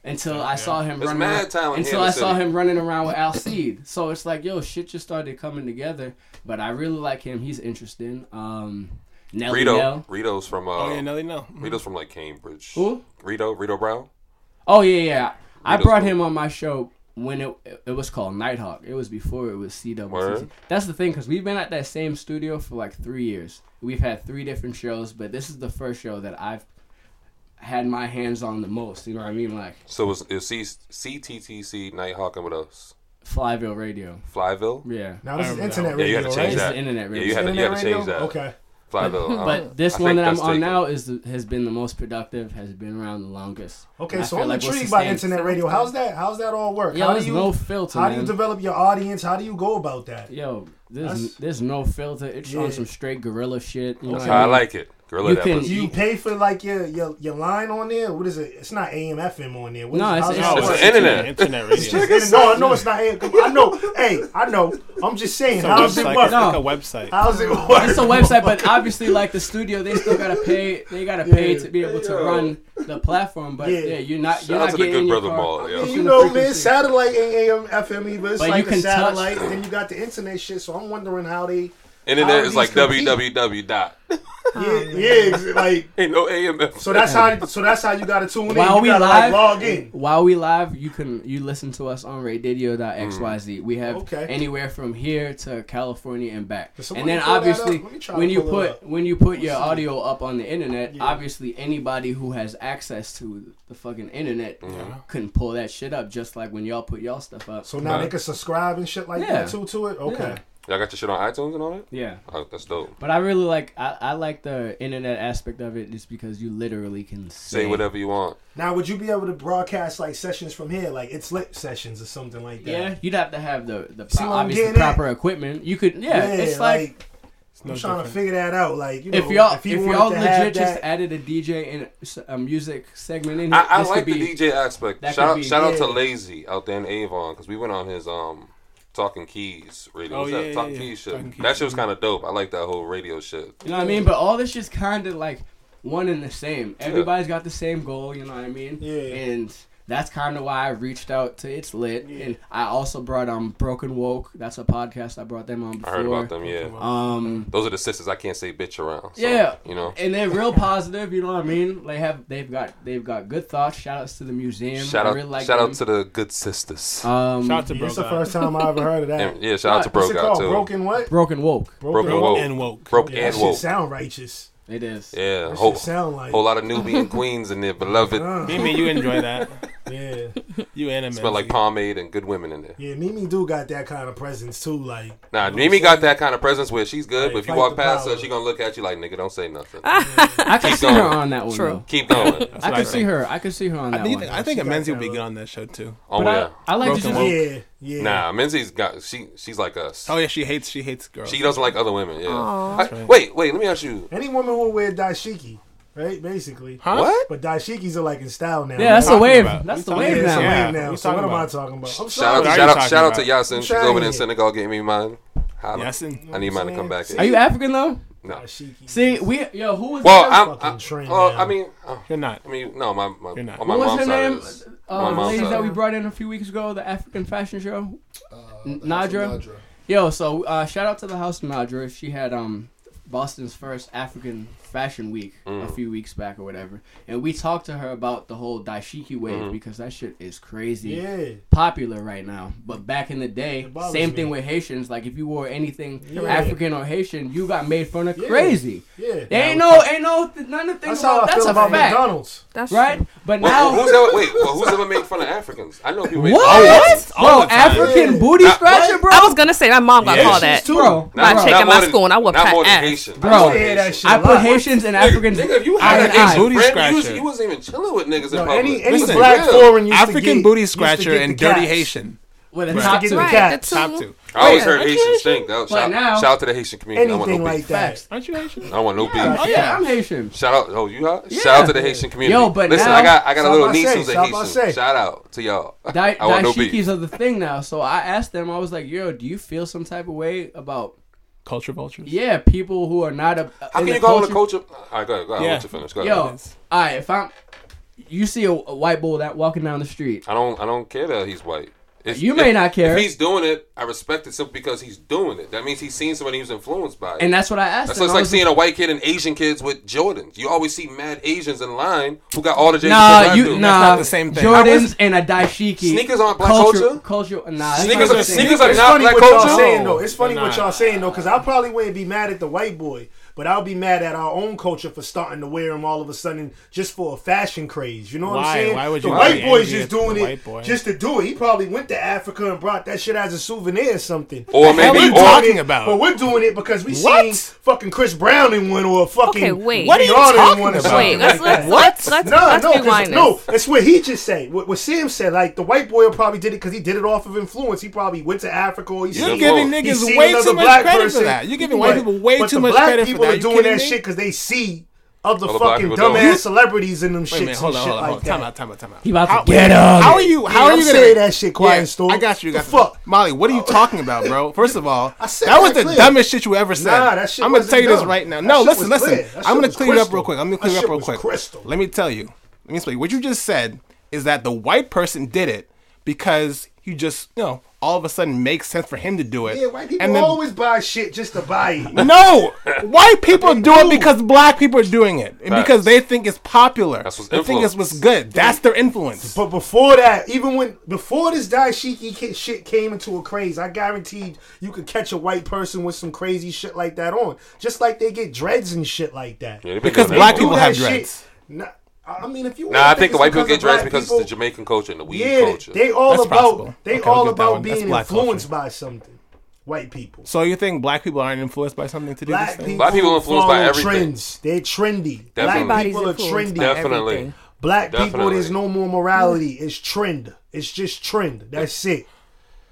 until I saw him
There's
running
mad
around,
talent here
until
in
I
the
saw
city.
him running around with Alcide. so it's like, yo, shit just started coming together. But I really like him. He's interesting. Um, Nelly
Rito.
Nell.
Rito's from uh
Oh yeah, Nelly. No.
Rito's from like Cambridge.
Who?
Rito, Rito Brown.
Oh yeah, yeah. I
Rito's
brought
cool.
him on my show when it it was called Nighthawk. It was before it was CWC.
Word.
That's the thing, cause we've been at that same studio for like three years. We've had three different shows, but this is the first show that I've had my hands on the most. You know what I mean? Like
So it's, it's C- CTTC Nighthawk and what else?
Flyville Radio.
Flyville?
Yeah.
Now this
I
is
remember
internet radio,
Yeah, you had to
right?
change
This is
that.
internet
yeah,
radio.
you had to, you had to
Internet
change that.
radio? Okay.
Flyville. um,
But this
I
one
think
that I'm
that's
on
taken.
now is the, has been the most productive, has been around the longest.
Okay,
And I
so
feel
I'm
like we're
intrigued by
sustained.
internet radio. How's that? How's that all work?
Yo,
how do
there's
you
no filter.
how do
man.
you develop your audience? How do you go about that?
Yo,
That's-
there's there's no filter. It's on
Yeah.
some straight gorilla shit. You know
So
what
I
I mean?
like it. Gorilla
You
that
can-
pussy.
Do you pay for like your your, your line on there? What is it? It's not AM FM on there. What
No,
is- how's
it's- it's-
that
it's
work?
an internet.
Oh, Internet radio.
It's internet. No, I know it's not AM. Come on, I know. hey, I know. I'm just saying.
It's a
how's it
website.
work?
It's like
No.
a website.
How's it work?
It's a website, but obviously, like the studio, they still gotta pay. They gotta pay to be able to run the platform. But yeah,
Yeah.
you're not.
Shout out
You're not
to the
getting
Good
in your
Brother
car.
Mall, yo.
You know, man,
Frequency.
satellite ain't AM FM either. It's
But
like
you can
a
touch-
satellite. Then you got the internet shit. So I'm wondering how they. how
Internet
do
is like
these compete?
www dot.
Ah,
Yeah, yeah, ex- like
Ain't no AMF.
so that's how so that's how you gotta tune in.
While
you
we
gotta like
live-
log in.
While we live, you can you listen to us on
Mm.
radio.xyz. We have
Okay.
anywhere from here to California and back.
Does
And
somebody
then
pull that up?
obviously
Let me try to
when you
pull it
put
up.
when you put your audio up on the internet,
Yeah.
obviously anybody who has access to the fucking internet can pull that shit up just like when y'all put y'all stuff up.
So now
Right.
they can subscribe and shit like
Yeah.
that too to it. Okay.
Y'all got your shit on iTunes and all that?
Yeah.
Oh, that's dope.
But I really like I, I like the internet aspect of it just because you literally can
Say whatever you want.
Now, would you be able to broadcast like sessions from here, like it's lit sessions or something like that?
Yeah, you'd have to have the the
See what I'm
obviously
getting at?
proper equipment. You could yeah, it's like,
I'm
no
trying
different.
to figure that out. Like, you know,
if y'all if,
he wanted
y'all
to
legit
have
just
that-
added a DJ and s- a music segment in,
I,
it,
I
this
like
could be,
the DJ aspect.
that
Shout,
could
out,
be-
shout out to
yeah.
Lazy out there in Avon because we went on his um Talking Keys radio.
Oh,
What's that?
yeah,
Talking
yeah, yeah.
Keys shit.
Talking Keys.
that shit was kind of dope. I like that whole radio shit.
You know what I mean? But all this is kind of like one and the same. Everybody's got the same goal. You know what I mean?
Yeah.
And that's kind of why I reached out to It's Lit, and I also brought um Broken Woke. That's a podcast I brought them on
I
before.
heard about them. Yeah,
Um,
those are the sisters I can't say bitch around. so,
Yeah.
you know.
and they're real positive. You know what I mean? They have they've got they've got good thoughts. Shout outs to the museum.
Shout
I
out,
really like
shout
them.
out to the good sisters.
um
Shout out to
Yeah,
Bro
it's the
God.
first time I ever heard of that.
and, yeah, shout out to Bro
What's it
God
called?
too.
Broken what?
Broken Woke.
Broken
Woke
Woke.
and Woke. (laughs)
Broke
Yeah, that
and
shit
woke.
sound righteous.
It is.
Yeah,
That
whole,
shit sound like.
whole lot of Nubian queens in there, beloved.
Uh,
Mimi, you enjoy that.
yeah,
You and
Smell like pomade and good women in there.
yeah. Mimi do got that kind of presence too. Like,
Nah, Mimi got that kind of presence where she's good,
Hey,
but if you
fight
walk
the
past her,
power.
she gonna look at you like, nigga, don't say nothing.
I could
Keep
see her
going.
on that one.
True.
though.
Keep going.
I
what
could
I
see her. I could see her on that
I think,
one.
I think
She got
Menzi would
that
be good
look.
on that show too.
Oh
but
yeah.
I, I like to
Broken
just
Woke.
yeah, yeah.
Nah, Menzi's got she. She's like us.
Oh yeah, she hates she hates girls.
She doesn't like other women. Yeah.
Aw.
I- wait, wait. Let me ask you.
Any woman will wear dashiki, right? Basically.
Huh?
What?
But dashikis are like in style now.
yeah, that's a
right?
wave.
about?
That's the
What are you
yeah,
wave
talking
it's
now.
a
Yeah,
wave now.
what you
So what
talking
am I
about?
talking about? I'm
Shout
sorry.
out,
What are
shout
you
out, shout out to
talking
Yasin. She's
trying
over there in
it.
Senegal getting me mine. Holla.
Yasin.
I need mine to come
I'm
back.
saying?
Are you African though?
No.
Dashiki.
See, we yo, who was
Well,
the-
I'm.
fucking
I,
trend
well,
now.
I mean, oh,
You're not.
I mean, no, my my,
You're not.
on my
what was
mom's
her
side.
name?
is-
Uh,
My mom's
lady that
side.
we brought in a few weeks ago, the African fashion show.
Uh,
N-
the House of
Nadra? Yo, so uh, shout out to the House of Madra. She had um Boston's first African Fashion Week
Mm.
a few weeks back or whatever, and we talked to her about the whole dashiki wave
Mm-hmm.
because that shit is crazy
Yeah.
popular right now. But back in the day,
It bothers
same
me.
thing with Haitians. Like if you wore anything
Yeah.
African or Haitian, you got made fun of
Yeah.
crazy.
Yeah.
There ain't no, ain't no, th- none of the
That's
things
how
about
I
that's
feel
a
about
fact,
McDonald's.
That's
right? But
Well,
now.
who's ever, wait, well, who's ever made fun of Africans? I know people make
What?
all the time.
Bro, African
Yeah.
booty
Nah,
scratcher, bro.
I was gonna say my mom got
Yeah.
called
Haitians
that.
too.
bro,
Not
bro.
checking
not
my
more than-
school and I whooped
not
her
more than
ass.
Haitian.
Bro.
Not more than
Yeah, that
Haitian.
shit.
I
Nah,
put Haitians and Africans.
Nigga, if you
eye
had
in
an
eye.
ace
Booty
friend, you, was,
scratcher.
you wasn't even chilling with niggas in
No,
public.
any any
Listen,
black
yeah.
foreign used to
African
get-
booty
used to
scratcher
get the
and dirty
cats.
Haitian.
with a
Right.
top
Get
two.
the
Right,
Cats.
the
Top
two.
two.
I always
Yeah.
heard
Aren't you
Haitians
Haitian?
stink. That was-
But
shout,
now-
shout out to the Haitian community. I
Anything
don't want no
like
beef.
that.
Facts.
Aren't you Haitian?
I don't want no beef.
Oh yeah, I'm Haitian.
Shout out, oh you hot?
Yeah.
Shout out to the Haitian community.
Yo, but
listen,
now-
I got I got a
Shout
little
out
niece
say,
who's a
shout out
Haitian.
say.
Shout out to y'all.
Di-
I want no
Dashikis
beef.
are the thing now. So I asked them, I was like, yo, do you feel some type of way about,
Culture vultures.
yeah, people who are not a.
How can you go on a culture? All right, go ahead. Go ahead. I'll
Yeah.
let you finish. Go ahead.
Yo, all right, if I'm. You see a, a white boy that walking down the street.
I don't I don't care that he's white. If-
You may
if-
not care.
If he's doing it, I respect it simply because he's doing it. That means he's seen somebody who's influenced by it.
And that's what I asked
That's
them.
it's
I
like
was
seeing a white kid and Asian kids with Jordans. You always see mad Asians in line who got all the Jordans.
Nah, you
do.
nah.
not the same thing.
Jordans and a dashiki.
Sneakers aren't black
culture.
culture?
Culture, nah. that's
Sneakers
not
are
the same.
sneakers are
it's
not
funny
black
what y'all
culture.
saying though. It's funny
they're
what
not.
y'all saying though, because I probably wouldn't be mad at the white boy, but I'll be mad at our own culture for starting to wear them all of a sudden just for a fashion craze. You know what
Why?
I'm saying?
Why would you
the
be
white boy's
angry
just
at the
doing
white
it
boy?
just to do it. He probably went to Africa and brought that shit as a souvenir or something.
Or
hell
maybe
are you
or,
talking about?
But we're doing it because we
What?
seen fucking Chris Brown in one or fucking
Okay, wait.
What are you
Rihanna in
talking
one or
about?
something
Wait, let's
like that.
let's let's let's,
No,
let's
no, 'cause-
rewind
no.
this.
That's what he just said. What, what Sam said, like the white boy probably did it because he did it off of influence. He probably went to Africa or he
You're
seen-
giving
He
he
niggas
seen
way
another
too much
black
credit
person.
for that. You're giving white
But-
people way
but
too
the
much
black
credit for
people
that.
Are
You
doing
kidding
that
me?
shit because they see other
Other black
fucking
people don't.
dumbass celebrities in them
Wait a minute,
shits and
hold on,
shit
hold on,
like
hold on.
that.
Time out, time out, time out.
He about to
How-
get up.
How are you? How
Yeah,
are
I'm
you gonna
saying that shit quiet and store.
I got you.
The
Got you.
fuck?
Molly. What are you talking about,
(laughs)
bro? First of all,
I said
that was
that
the
clear.
dumbest shit you ever said.
Nah, that shit
I'm gonna
wasn't
tell you this
dumb.
right now.
That
No,
shit
listen,
was
listen.
clear. That
I'm
shit
gonna
was
clean it up
crystal.
real quick. I'm gonna
That
clean it up
shit
real
was
quick.
crystal.
Let me tell you. Let me explain. What you just said is that the white person did it because you just you know all of a sudden makes sense for him to do it.
Yeah, white people
and then-
always buy shit just to buy
(laughs)
it. (laughs)
no, white people do it because black people are doing it, and because
Facts.
they think it's popular.
That's what's
they think it's
influence.
what's good. That's their influence.
But before that, even when before this daishiki ki- shit came into a craze, I guaranteed you could catch a white person with some crazy shit like that on, just like they get dreads and shit like that.
Yeah, they been
Because
doing that
black
Do
for a
people
while.
that
have
shit-
dreads.
Nah, I mean, if you
Nah, I think the
it's
white people
because of
get dressed
black
because it's the
people-
Jamaican culture and the weed
yeah,
culture.
they all
That's
about
possible.
they
Okay, I'll
all
give that
about
one. That's
being
black
influenced
culture.
by something. white people.
So you think black people aren't influenced by something to do
Black
this
people,
thing?
Black people influenced by
follow
everything.
Trends. They're trendy. Black
Everybody's
people are trendy.
influenced by
Definitely.
everything.
Black people,
Definitely.
there's no more morality. It's trend. It's just trend. That's it.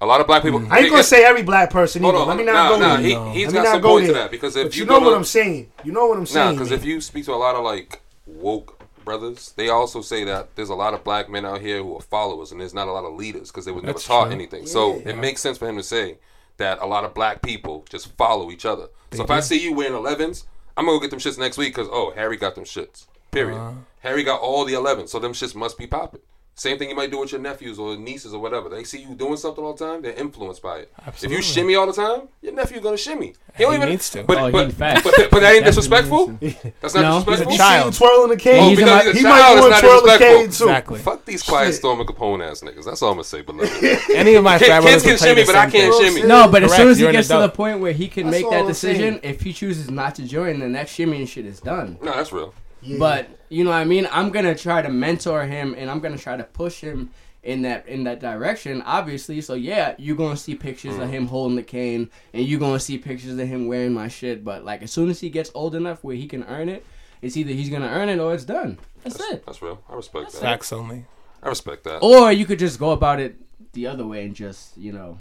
A lot of black people.
I ain't gonna say every black person
Hold
either.
on,
Let me
no,
not go
no,
there.
he-
Let
he's
me
got
not
some
go
point to
there.
that, because if
but
you
you know
go
what
to-
I'm saying, you know what I'm
Nah,
saying.
because if you speak to a lot of like woke brothers, they also say that there's a lot of black men out here who are followers, and there's not a lot of leaders because they were never
That's
taught
true.
anything. So it makes sense for him to say that a lot of black people just follow each other. so if I see you wearing 11s, I'm gonna go get them shits next week because oh Harry got them shits. Period.
Uh-huh.
Harry got all the 11s, so them shits must be popping. Same thing you might do with your nephews or nieces or whatever. They see you doing something all the time, they're influenced by it.
Absolutely.
If you shimmy all the time, your nephew gonna shimmy. He, don't
He
even
needs to.
But,
Oh, he
but,
fat.
but, but that ain't
Definitely
disrespectful.
needs
That's not
No.
If
disrespectful.
you
He's a
see
child.
him twirling a cane,
Oh,
He's
because
not-
he's a
he
child,
might
it's
want
not
to twirl a cane
disrespectful.
too.
Exactly.
Fuck these quiet
Shit.
storm and Capone ass niggas. That's all I'm gonna say, beloved.
Any of my
Kid-
family
Kids can shimmy, but I can't shimmy.
No, but as
Correct,
soon as he
you're an
gets to the
adult.
point where he can
That's
make
all
that
I'm
decision,
saying.
if he chooses not to join, then that shimmying shit is done.
No, that's real.
Yeah.
But you know what I mean? I'm gonna try to mentor him and I'm gonna try to push him in that in that direction, obviously. So yeah, you're gonna see pictures
Mm.
of him holding the cane and you're gonna see pictures of him wearing my shit. But like as soon as he gets old enough where he can earn it, it's either he's gonna earn it or it's done. That's, it.
That's real. I respect that.
Facts only.
I respect that.
Or you could just go about it the other way and just, you know,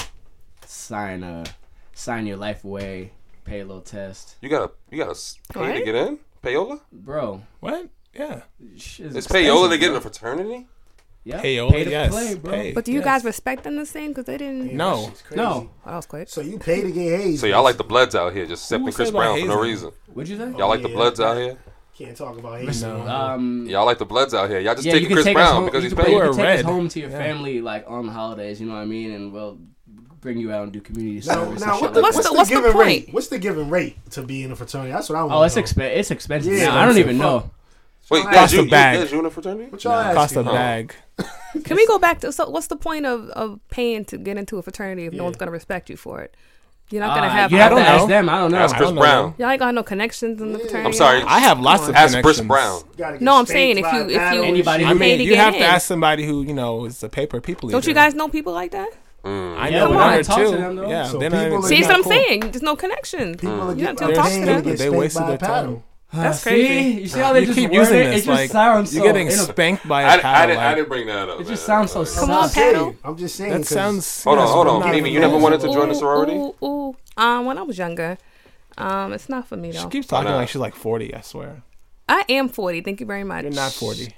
sign a sign your life away, pay a little test.
You gotta, you gotta s- pay to
What?
get in. Payola?
Bro,
What? Yeah.
shit is
It's payola to
expensive,
get in
bro.
a fraternity.
Yeah,
Payola,
pay to
yes.
play, bro.
Pay.
But do you
Yes.
guys respect them the same? Because they didn't.
Yeah,
No.
that's crazy.
No.
Oh, that was quick.
So you pay to get hazed.
So y'all like the Bloods out here, just accepting
said
Chris
about
Brown for no
hazing?
reason.
What'd you say?
Y'all like the
yeah.
Bloods out here.
Can't talk about hazing.
No.
Um,
Y'all like the Bloods out here. Y'all just
yeah, you
taking
can
Chris
take us
Brown
home,
because
you
he's
can, You
paid.
We're
can take us
red.
home to your
Yeah.
family like on the holidays. You know what I mean? And we'll bring you out and do community
Now,
service.
now what
and shit
the,
like
what's,
that.
the,
what's the
giving
point?
rate? What's the giving rate to be in a fraternity? That's what I want.
Oh, it's
know.
expensive. It's expensive.
Yeah.
now. I don't even know.
Wait,
Cost
guys,
a
you, you,
bag.
guys, you in a fraternity?
What y'all
Cost a
asking?
bag.
Can we go back to so? What's the point of, of paying to get into a fraternity if no
Yeah.
one's gonna respect you for it? You're not gonna
Uh,
have.
you
all
have to
Ah, don't
that-
ask
know.
them. I don't know.
That's
I
Chris
don't know.
Brown.
Y'all ain't got no connections in the fraternity.
I'm sorry.
I have lots of
Ask Chris
connections.
Brown.
Gotta get
No, I'm
spanked
saying if
by
you-
a
if you-
paddle and
Anybody-
shit.
I
You
pay
mean,
to
you
get
have
in.
to ask somebody who you know is a paper people.
Don't you guys know people like that?
I
Yeah,
know
but
one
I
or
talk to
two.
them, though.
yeah,
So
they're not
people
even-
are
See,
They're
that's what I'm
not cool.
saying. There's no connections.
People are
You don't
getting
have to talk to
paid
them.
to get
They
spanked
wasted
by a
their time.
paddle.
That's
Ah, see?
crazy.
You see how they
you
just
keep
word
using
it? It
this
just
like
sounds
you're
so
getting
inap-
spanked by
I,
a
I,
paddle.
didn't, I
like,
didn't bring that up.
It just
man.
sounds so.
Come
I'm
on,
sus.
saying-
paddle.
I'm just saying.
that
'cause
sounds.
Hold on,
yes,
hold
we're
on.
not-
Mimi, you never wanted to join the sorority?
Ooh, ooh, ooh. Um, when I was younger, um, it's not for me
She
though.
keeps talking
Nah.
like she's like 40. I swear,
I am 40. Thank you very much.
you're not 40.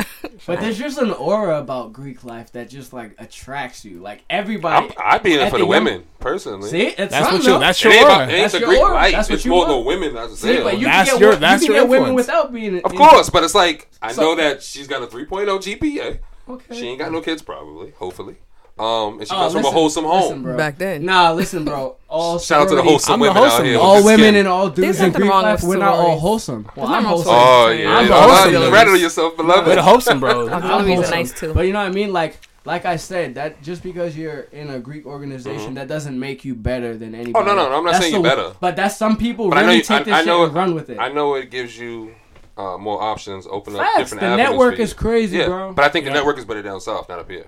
But there's just an aura about Greek life that just like attracts you. Like everybody.
I'm, I'd be in it
at
for
the
the
young-
women, personally.
See, it's
That's what
something,
you.
though.
That's
It
your
ain't, about,
aura.
it ain't
That's
the
your
Greek
aura.
life.
That's what
It's
you
more the
want.
women. That's
See,
it.
but you
That's
can get,
your-
wo-
that's
you can
your
get women
influence.
without being. in-
Of course, but it's like I know that she's got a 3.0 GPA.
Okay.
She ain't got no kids, probably. Hopefully, um, and she
Oh,
comes from a
listen-
wholesome
listen,
home.
bro.
Back then.
Nah, listen, bro. All
Shout out to the
sororities-
wholesome
I'm the
women out
wholesome.
here. with
all
the
women
skin.
and all dudes
There's
in
nothing
Greek
wrong
life,
with
we're not all
sororities.
wholesome. Well,
There's
I'm
nothing wrong with
wholesome.
Oh
I'm
yeah,
the
Oh,
wholesome
you
ladies.
rattle yourself, beloved.
With a wholesome bros.
Oh,
I'm
Louis are
wholesome.
nice too.
But you know what I mean? Like, like I said, that just because you're in a Greek organization, that doesn't make you better than anybody.
Mm-hmm. Oh, no, no, I'm not
That's
saying you're
the-
better.
But that's some people
But I
really
know you-
take
I-
this
I
shit
know-
and run with it.
I know it gives you uh, more options, open up
Facts.
different
The
avenues.
network
for you.
is crazy,
yeah.
bro. Mm,
But I think
Yeah.
the network is better down south, not up here.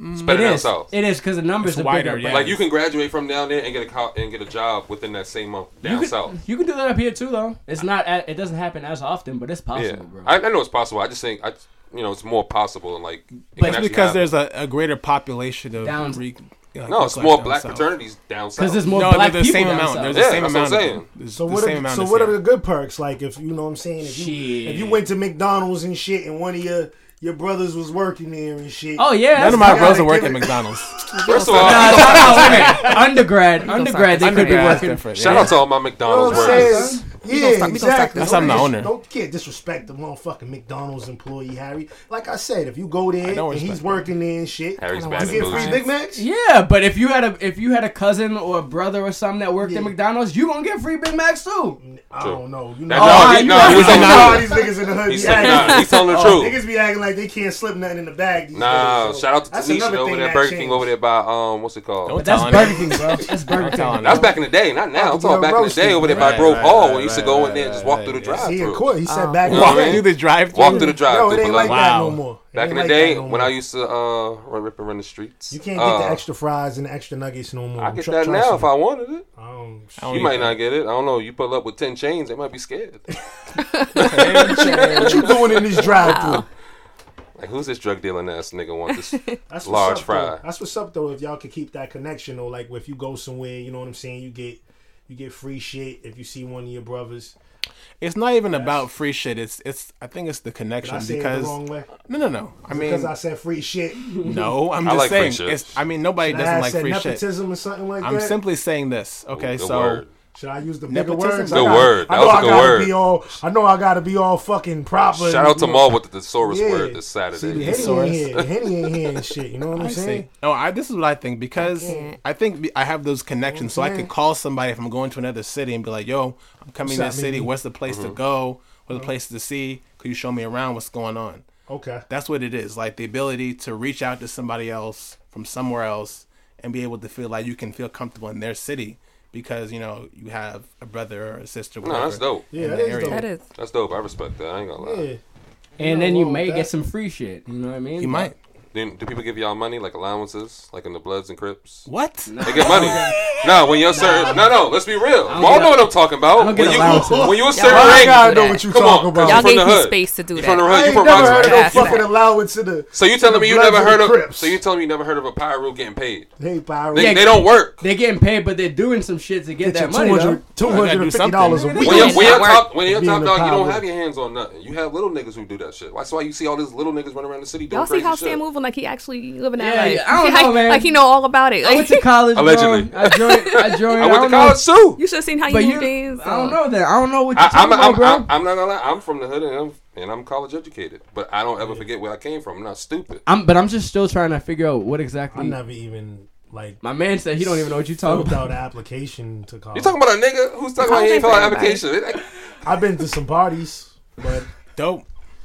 It's
it
better down
is.
south.
It is because the numbers
It's
are
wider,
bigger.
yeah.
bro.
Like you can graduate from down there and get a co- and get a job within that same month down
you can,
south.
you can do that up here too, though. It's not. a- It doesn't happen as often, but it's possible,
Yeah,
bro.
I, I know it's possible. I just think I, you know, it's more possible and like. it can
It's
actually
because
happen.
there's a, a greater population of
Down-
Greek. like,
no, it's
Greek
more
down
black
south.
fraternities down south.
Because there's more
No,
black
they're the
people
same
down
amount.
south.
There's
Yeah,
the same
that's what I'm
amount. of
saying.
them. There's
So
the
what?
same
Are,
amount
so
as
what
here.
are the good perks? Like if you know what I'm saying, if you, if you
Shit.
went to McDonald's and shit, and one of your your brothers was working there and shit.
Oh yeah,
None
that's
of my
You
bros (laughs)
gotta
are working
give
at
it-
McDonald's.
First of all,
Nah, nah, nah, wait a minute. undergrad,
gonna start
undergrad, they
this
could be
shit.
working.
shout out to all my
You know
McDonald's
what I'm
workers.
saying?
We
Yeah,
gonna stop- we gonna stop
exactly.
this.
That's- I'm the
Don't
owner.
dis- Don't get disrespect the motherfucking McDonald's employee, Harry. Like I said, if you go
I
there
don't
and he's
respect
working there and shit,
Harry's
I
bad
you
in
don't
get free
Fine.
bougie.
Big Macs.
Yeah, but if you had a if you had a cousin or a brother or something that worked
Yeah.
at McDonald's, you gonna get free Big Macs too.
I don't know. You know,
No,
Oh,
he,
you
no,
got-
he was
you
on
know
the
how
truth.
these niggas in the hood.
He's,
be
telling- nah,
acting.
he's telling the truth.
Niggas be acting like they can't slip nothing in the bag. these
Nah,
days, so
shout out to
that's
Tanisha
another
over
thing
there,
that
Burger King
changed.
over there by um, what's it called?
Don't
That's
tell
Burger
him.
King, bro. That's Burger
Don't tell
King.
him.
That was back in the day, not now. I'm
Don't
talking
get
back in the day
roasted.
over there by
Right,
Grove
right,
Hall
right,
when you used to go in there and just walk through the drive
He in
through.
court. He said back
You know
Walk
what I mean?
through the drive.
Walk through the drive
No,
through.
it ain't like that
Wow.
no more. It
Back
ain't
in the
like
day
that no
when
more.
I used to uh, run, rip and run the streets,
you can't get
uh,
the extra fries and the extra nuggets no more.
I get
Try-
that
try
now if
some.
I wanted it.
Um,
I don't
You
eat
might
that.
not get it. I don't know. You pull up with ten chains, they might be scared. (laughs)
what you doing in this drive-through?
like, who's this drug dealing ass nigga
(laughs)
want this?
That's what's
Large
up,
fry.
Though. That's what's up though. If y'all could keep that connection, or like if you go somewhere, you know what I'm saying. You get you get free shit if you see one of your brothers.
It's not even about free shit. It's it's. I think it's the
Did
connection
I say it
because
the wrong way?
no no no. I mean
Because I said free shit.
no. I'm
I
just
like free
saying.
shit.
It's. I mean nobody
Should I
doesn't like
said
free shit.
nepotism or something like
I'm
that.
simply saying this. Okay,
Ooh, good
so
word.
Should I use the bigger
Nepotism?
words? I
Good
gotta-
word.
I
That
know
was a
I
good
gotta
word.
be all. I know I gotta be all fucking proper.
Shout out
you
to
know.
Maul with the thesaurus word this
See,
Saturday.
the Henny
Source.
ain't here. The Henny ain't here and shit. You know what I'm
I see.
saying?
No, Oh, I. This is what I think because
Okay.
I think be- I have those connections, so I could call somebody if I'm going to another city and be like, "Yo, I'm coming to
What's
this
up,
city.
baby?
What's the place
Mm-hmm.
to go? What's the place to see? Could you show me around? What's going on?"
Okay.
That's what it is. Like the ability to reach out to somebody else from somewhere else and be able to feel like you can feel comfortable in their city because you know you have a brother or a sister.
No,
whatever,
that's dope.
Yeah,
in
that
the
is
area.
dope.
That is.
That's dope. I respect that. I ain't gonna lie.
Yeah.
and then you
wrong
may
with
get
that.
some free shit. You know what I mean?
You might.
Do, do people give y'all money like allowances, like in the Bloods and Crips?
What?
They get
(laughs)
money. no, when you're certain. No, no. Let's be real.
don't
Y'all
get
know what I'm talking about.
I don't
When
get
you
allowances.
when you
I
a
Y'all ain't
certain
gotta
age.
do
know
that.
what you
Come
talking
on,
about.
Y'all
from
gave
the
me
hood.
space to do
You
that.
from the
I
hood? You
ain't
from
never heard
Roxbury?
of no
Roxbury.
fucking allowance in the.
So you telling me you
Bloods
never
and
heard of?
Crips.
So you telling me you never heard of a pyro getting paid?
Hey, Byron.
They,
Yeah,
they don't work.
They're getting paid, but they're doing some shit to get,
Get your
that money. though.
200 $250 a
Well,
week.
When you're,
It's
when you're
not
top, when you're
Being
top
a
dog, you don't
power.
have your hands on nothing. You have little niggas who do that shit. That's why you see all these little niggas running around the city doing
Y'all see
crazy
how
shit.
Sam moving like he actually living that
Yeah,
life.
yeah, I
(laughs)
don't
Like-
know, man.
Like he know all about it.
I
Like, (laughs)
went to college.
Allegedly.
bro. I joined.
(laughs)
I joined.
I went to
don't
college too.
you should have seen how
Know, but
you
you,
moved in. so-
I don't know that. I don't know what you're
I, I'm,
talking about,
I'm,
bro.
I'm, I'm not gonna lie. I'm from the hood and I'm, and I'm college educated, but I don't ever forget where I came from. I'm not stupid.
I'm- but I'm just still trying to figure out what
I
exactly.
never even like
My man said he don't even know what you're talking
filled
about.
out an application to college.
You talking about a nigga who's talking about he
College
ain't
ain't
fill out
for
application? Like,
I've been to some parties, but
Dope.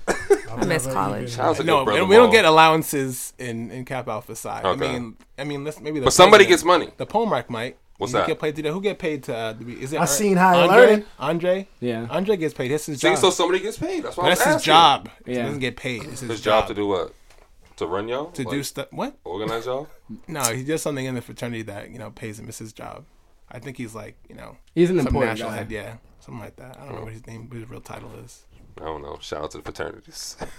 I've
I miss
never
college.
even-
That was a good
No,
brother
we don't
move.
get allowances in in Cap Alpha side.
Okay.
I mean, I mean, let's maybe. The
But somebody
president-
gets money.
The Polmark might.
What's
You
that?
Get paid to do- Who get paid to? Uh, to be- is it?
I
Ar-
seen higher
Andre?
learning.
Andre.
Yeah.
Andre gets paid. That's his
See,
job.
so somebody gets paid. That's why I was
that's his
asking.
job. He
Yeah.
doesn't get paid. It's his,
His job to do what? To run y'all?
to
Like,
do stuff. What?
Organize y'all?
No, he does something in the fraternity that you know pays him. It's his job. I think he's like you know
He's an
some
important
national
guy.
head, yeah, something like that. I don't know what his name, what his real title is.
I don't know. Shout out to the fraternities. (laughs)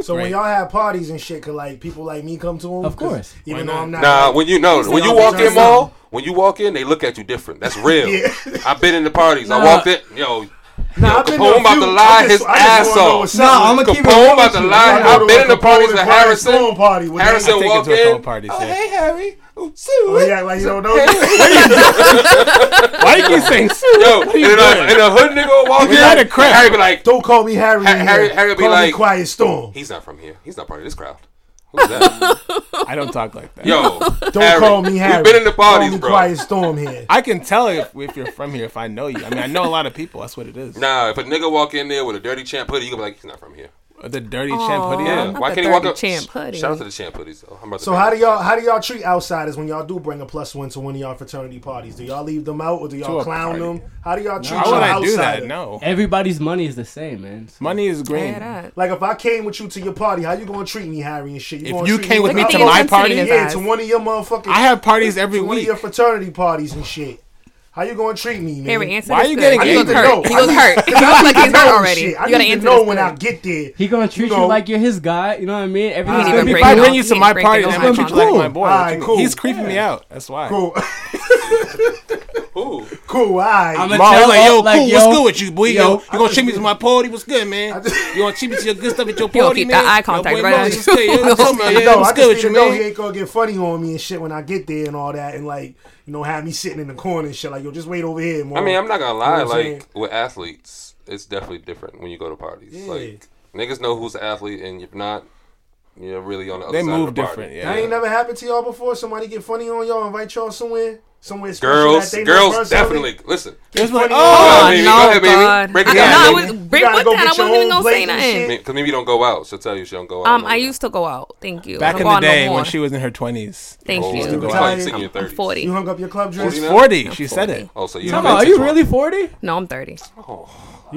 So when
Right.
y'all have parties and shit, could like people like me come to them?
Of course.
Even
Why
though
not?
I'm not.
Nah, when you know, when you
all
walk
the
in,
time.
mall, when you walk in, they look at you different. That's
(laughs)
real.
Yeah.
I've been in the parties. I
Nah.
walked in, yo.
Nah,
yo
I've been to a
Capone about
few.
to
I
lie
just-
his
I just
ass
wanna know
off.
what's
No,
up.
I'ma keep it real
Capone about
with
to
you.
lie.
I go
I've
to
been in
a
the parties
Capone
with
and Brian
Harrison.
Sloan party with
Harrison
I take it
walked
to a Capone
in.
party,
Oh,
so-
hey Harry. Ooh, Sue.
Oh, yeah, like you don't know.
(laughs) Why you keep saying?
(laughs) Yo, and a, and a hood nigga will walk in.
Was that a crap?
Harry be like,
Don't call me Harry.
Ha- Harry-
here.
Harry be
call me
like-
Quiet Storm.
he's not from here. He's not part of this crowd. Who's that?
I don't talk like that.
Yo,
Don't
Harry,
call me Harry.
We've been in the
Call
parties,
me
bro.
Quiet Storm here.
I can tell if, if you're from here if I know you. I mean, I know a lot of people. That's what it is.
Nah, if a nigga walk in there with a dirty champ hoodie, you gonna be like, he's not from here.
The dirty champ hoodie.
Yeah,
on.
Not
why
the
can't he walk
dirty
up?
champ
Sh-
hoodie.
Shout out to the champ hoodies. Though. I'm about to
So
bring
how
it
do
up.
y'all how do y'all treat outsiders when y'all do bring a plus one to one of y'all fraternity parties? Do y'all leave them out or do
To
y'all
a
clown
party.
them? How do y'all treat
Why
your
would I
outsider?
do that? No.
Everybody's money is the same, man. So-
Money is
Yeah,
green.
that.
Like if I came with you to your party, how you gonna treat me, Harry and shit? You
If
gonna
you
treat
came with
Look
me
at
to
the
my
intensity in
party,
his
yeah, to
eyes.
one of your motherfucking
I have parties every
to one of
week.
your fraternity parties and shit. How you gonna treat me, man?
Harry, answer
Why
this
you
good.
getting
He
angry? I
look
need
hurt.
to
He
know.
look hurt. He
I need to
looks like he's hurt
know
already.
shit.
You
I
gotta
need to
answer
know
this
when I
good.
get there.
He gonna treat you,
know-
like you're his guy. You know what I mean?
didn't
Everything's gonna
even
be
if
break
I
it
bring
off.
you to
He
my
ain't break
party,
it
then
off.
I treat you like my boy.
Alright, cool.
He's creeping me out. That's why.
Cool,
Who?
cool. I.
I'ma
Mom,
tell
I'm like, yo,
up, like,
cool,
yo,
what's good with you, boy? Yo,
yo,
you gonna treat me to my party? What's good, man? you gonna treat me to your good stuff at your
gonna
party,
keep
man?
that eye contact
Yo, boy,
right
Mom,
on you.
what's good? Yeah, what's up, man? Yeah,
No, I
what's
just
good
need
with
to
you,
know he
man?
ain't gonna get funny on me and shit when I get there and all that, and like you know have me sitting in the corner and shit. Like yo, just wait over here. Mom.
I mean, I'm not gonna lie.
You know what I'm saying?
like with athletes, it's definitely different when you go to parties.
Yeah.
Like niggas know who's an athlete, and if not, you're really on the other
They
side.
move
of the party.
different,
That
yeah.
ain't never happened to y'all before. Somebody get funny on y'all, invite y'all somewhere. somewhere special
Girls,
that they know
girls,
personally.
definitely. Listen,
It's like,
funny.
Go
Oh,
ahead,
Oh,
baby.
no,
go ahead, baby.
God.
Break it
I-
down.
no, I
baby.
was- break
gotta
what
go
down? I
get your
wasn't even
own
gonna say
plate and
nothing.
shit.
Because maybe you don't go out. She'll tell you she don't go out.
Um,
no
I
more.
used to go out. Thank you.
Back
I don't
in
go
the
out no
day
more.
when she was in her twenties,
Thank
Oh,
you.
you
go out
I'm-
in your
I'm
30s.
40.
You hung up your club dress.
Forty
she's
now?
forty. She said it.
Oh, so you.
Time
don't
out, are
think
you
so.
really 40?
No, I'm 30.
You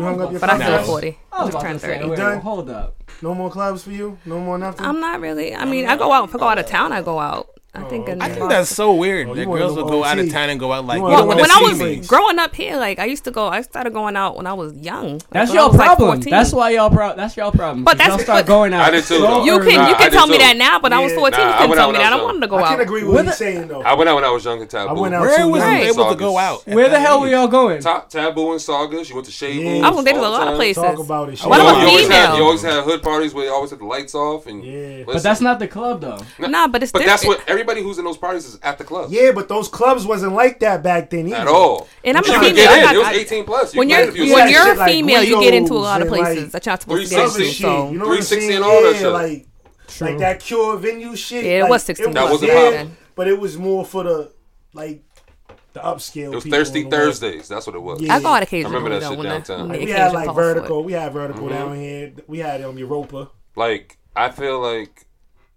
hung up your
But I
club
feel
No.
dress.
40.
I was
just
about
turned
to say,
30.
wait,
Done.
hold up.
No more clubs for you. No more nothing.
I'm not really. I mean, I go out. If I go out of town, I go out. I think.
I think that's so weird
Oh,
you
that
wanna
girls
go
would go out of
OT.
town and go out like
You
you,
wanna
Well,
don't
go
want
when
to
I
see
was
me.
growing up here, like I used to go, I started going out when I was young. Like,
That's
when I
your
was, like,
problem.
14.
that's why y'all problem. That's y'all problem.
But
Y'all
that's-
start
but-
going out.
I did too,
so
though.
you
early.
can
Nah,
you
I
can
did
tell me
too.
that now, but I was
Yeah.
14.
Nah, I
you couldn't
went out
tell me
when I
that. I
was
wanted to go
I
out.
can agree with what
Whether-
he's saying though.
I went out when I was young in Taboo.
I went out
Where
too
was
young.
Right.
you able to go out?
Saugus.
at
Where the
that
hell were
age?
y'all going?
Ta- Taboo and Saugus. You went to Shea
Yeah.
Booms
I
was dating a
all the
lot of
time.
places.
Talk about it.
I
shit.
What
went
I'm
out.
a
You always, had,
female.
you always had hood parties where you always had the lights off and.
Yeah. But
But that's not the club though.
No,
Nah, but it's
But that's
different.
what everybody who's in those parties is at the club.
Yeah, but those clubs wasn't like that back then either.
At all.
And I'm
you
a
could
female.
get in.
I
It was
got-
18 plus. You
when
could
you're
get in if you
Yeah,
when
was-
you're a
shit like
female, you get into a lot of
windows and, like,
places that you're not supposed to
Other
get
360
into.
shit, you
So
know what I'm
360
saying?
and all that
Yeah,
shit.
Like, like that Cure venue shit.
Yeah, it
like,
was 16
That wasn't
there,
poppin'.
but it was more for the like the upscale.
It was
people
Thirsty
and all that.
Thursdays. That's what it was.
Yeah.
I go out
I
occasionally.
remember that
though,
shit
when I-
downtown.
when
Like,
the
We
occasion
had like
calls for it.
vertical. We had vertical
Mm-hmm.
down here. We had um Europa
Like, I feel like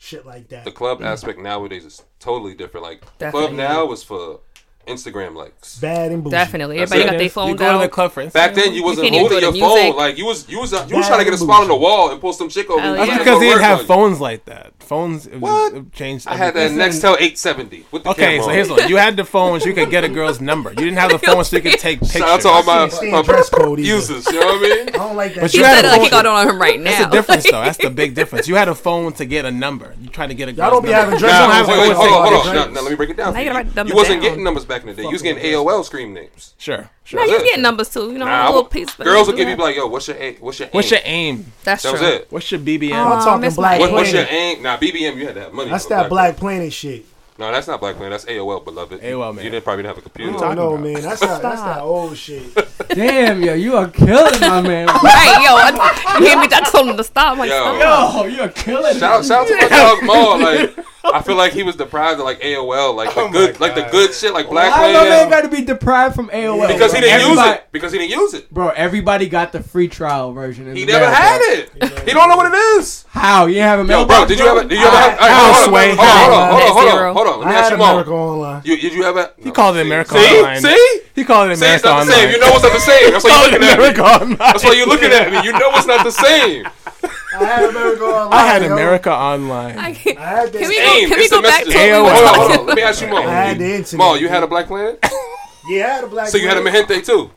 shit like that.
the club aspect nowadays is totally different. Like the club
Definitely.
now was for Instagram likes.
Bad and bougie.
Definitely,
That's
everybody
it.
got their
You go
phones
to the
out.
club for
Back then,
Instagram?
you wasn't
can't even
holding
go
your
to
phone.
music.
Like you was you was you
Bad
was trying to get a spot on the
bougie.
wall and pull some chick over.
Hell
you.
yeah.
That's
Yeah.
because they didn't
Work
have
on you.
phones like that. Phones it was,
What?
It changed.
I had that
everything.
Nextel 870 with the
Okay,
camera.
so
on.
here's one. You had the phones. You could get a girl's number. You didn't
(laughs)
have the phone, so you could take pictures.
Shout out to all my,
Seeing- seeing
my
dress code either.
users. You know
(laughs)
what I mean?
I don't like that.
But
He
you
shit.
had
said
a
it like
phone.
he got on him right now.
That's the difference, though. That's the
(laughs)
big difference. You had a phone to get a number. You tried to get a girl's
Y'all don't be
number.
having
You don't
dress
have
codes
wait,
like
wait,
that.
phones
hold
to get
on, hold on.
drinks.
Now, now let me break it down.
Now
for
you gotta
you.
write them
you wasn't
down.
getting numbers back in the day. You was getting AOL screen names.
Sure, sure.
Now you
That's it.
get numbers too. You know,
Nah, I
a little
would-
piece. but
girls will
do
give you
that.
like, yo, what's your aim? What's your
What's
aim?
your aim?
That's
That was
true.
it.
What's your BBM?
Uh,
I'm
Oh,
talking
Miss
Black
What,
Mike.
what's your
Planet.
aim? Nah, BBM, you had to have money.
That's
for
that
Black
Black Planet shit.
Planet. No, that's not Black Planet. That's AOL, beloved.
AOL, man.
You didn't probably didn't have a computer.
I don't know,
about?
man. That's that, that's that old shit.
Damn, yo, you are killing
(laughs)
my man.
Right, yo, I, you hear me? I told him to stop. I'm like,
Yo.
stop.
Yo, you are killing.
Shout, shout out to my dog Maul. Like, I feel like he was deprived of like AOL, like the good, like the good shit, like Black
Why my man
Planet.
got to be deprived from AOL?
Because he
bro?
didn't use
Everybody-
it. Because he didn't use it.
Bro, everybody got the free trial version. in
He
the
never
mail,
had
bro.
it. He don't know what it is.
How you didn't have a
Yo,
mailbox?
bro, did you ever? Did you ever have?
I-
All right,
I'll sway.
hold on, hold on, hold on, hold
Zero.
on, hold on. Let
I
me ask
had
you, Maul.
America Online.
You, did you ever?
He called it America
See,
Online.
see,
He called it
see, it's
America
not the same.
Online.
You know it's not the same. That's why
Called
you're
it
looking at
America
me.
Online.
That's why you're looking at me. You know it's not the
(laughs)
same.
I had
(laughs)
America Online.
I had
yo.
America Online.
I can't-
I had
Can we
that.
go?
Aim.
Can we
It's
go
the
back to?
message.
what we
AOL.
were
Hold on,
talking
hold on. Let me ask you, Maul.
I had the internet.
Maul, you had a Black Planet,
Yeah, I had a Black.
so you had a
Planet.
Mahente too.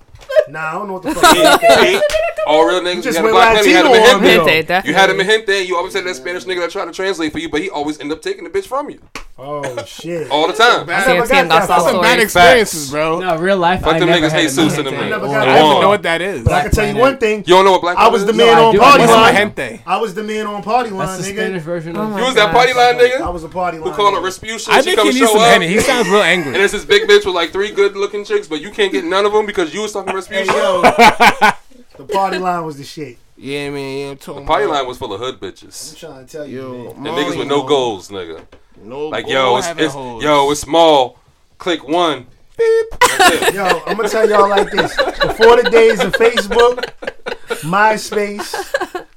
Nah, I don't know what
(laughs)
the fuck.
See? All real niggas. You
just
had a
went
Black Planet. You had a
Latino on
Mahente.
me.
Gente,
You
definitely.
had a Mahente. You always had that Spanish nigga that tried to translate for you, but he always ended up taking the bitch from you
Oh shit.
all the time.
Bad-
never
CMT
got that
got
far.
some
Bad
stories.
experiences, bro.
No, real life.
Fuck
I
them
never
niggas.
had
Hey,
a
Seuss in a
Mahente.
I
I
never got
minute.
don't
that
Juan.
even
far.
know what that is. Oh,
But I can tell you
Planet.
one thing.
You don't know what Black
I
Planet
was the
is?
man
No, I
on
do.
party
What's
line.
Mahente?
I was the man on party line,
That's the Spanish
nigga.
version.
Oh
of
my
You was that party line
I
nigga
was a party line.
who called her
nigga.
Respucia.
I
she
think
come
he needs
and show
some
up.
Henny. He sounds real angry.
And it's this big bitch with like three good looking chicks, but you can't get none of them because you was talking
Hey
Respucia.
yo, the party line was the shit.
Yeah, man. I'm talking
Party
about-
line was full of hood bitches.
I'm trying to tell you.
Yo,
man.
And niggas with no goals, nigga.
No
Like
goal.
yo, it's,
having
it's
hoes.
yo, it's small. Click one. Beep. That's it.
Yo, I'm gonna tell y'all like this: before the days of Facebook, MySpace,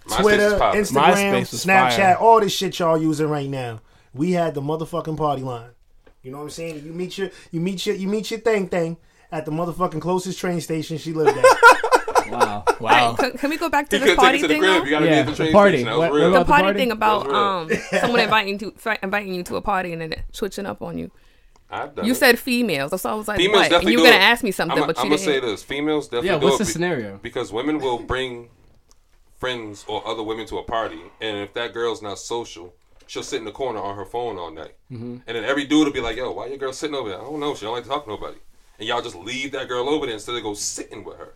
My
Twitter,
shit's popping.
Instagram,
MySpace was fire.
Snapchat, all this shit y'all using right now. We had the motherfucking party line. You know what I'm saying? You meet your, you meet your, you meet your thing thing at the motherfucking closest train station she lived at.
Wow.
Wow.
Can, can we go back to
You
the
couldn't take
party
it to the
thing?
crib.
though?
You gotta
Yeah,
be at
the
the train
party.
station. That was
What-
real.
what
the
about the
party,
party?
thing about
That was
um someone inviting to fi- inviting you to a party and then switching up on you.
I've done
You
it.
said females. That's why I was like,
females
what? And
definitely
you
do
were gonna
it.
ask me something,
I'm,
but
I'm
you
gonna
didn't.
say this: females definitely
Yeah.
do
What's
it
the
be-
scenario?
because women will bring friends or other women to a party, and if that girl's not social, she'll sit in the corner on her phone all night.
Mm-hmm.
And then every dude will be like, "Yo, why your girl sitting over there? I don't know. She don't like to talk to nobody." And y'all just leave that girl over there instead of go sitting with her,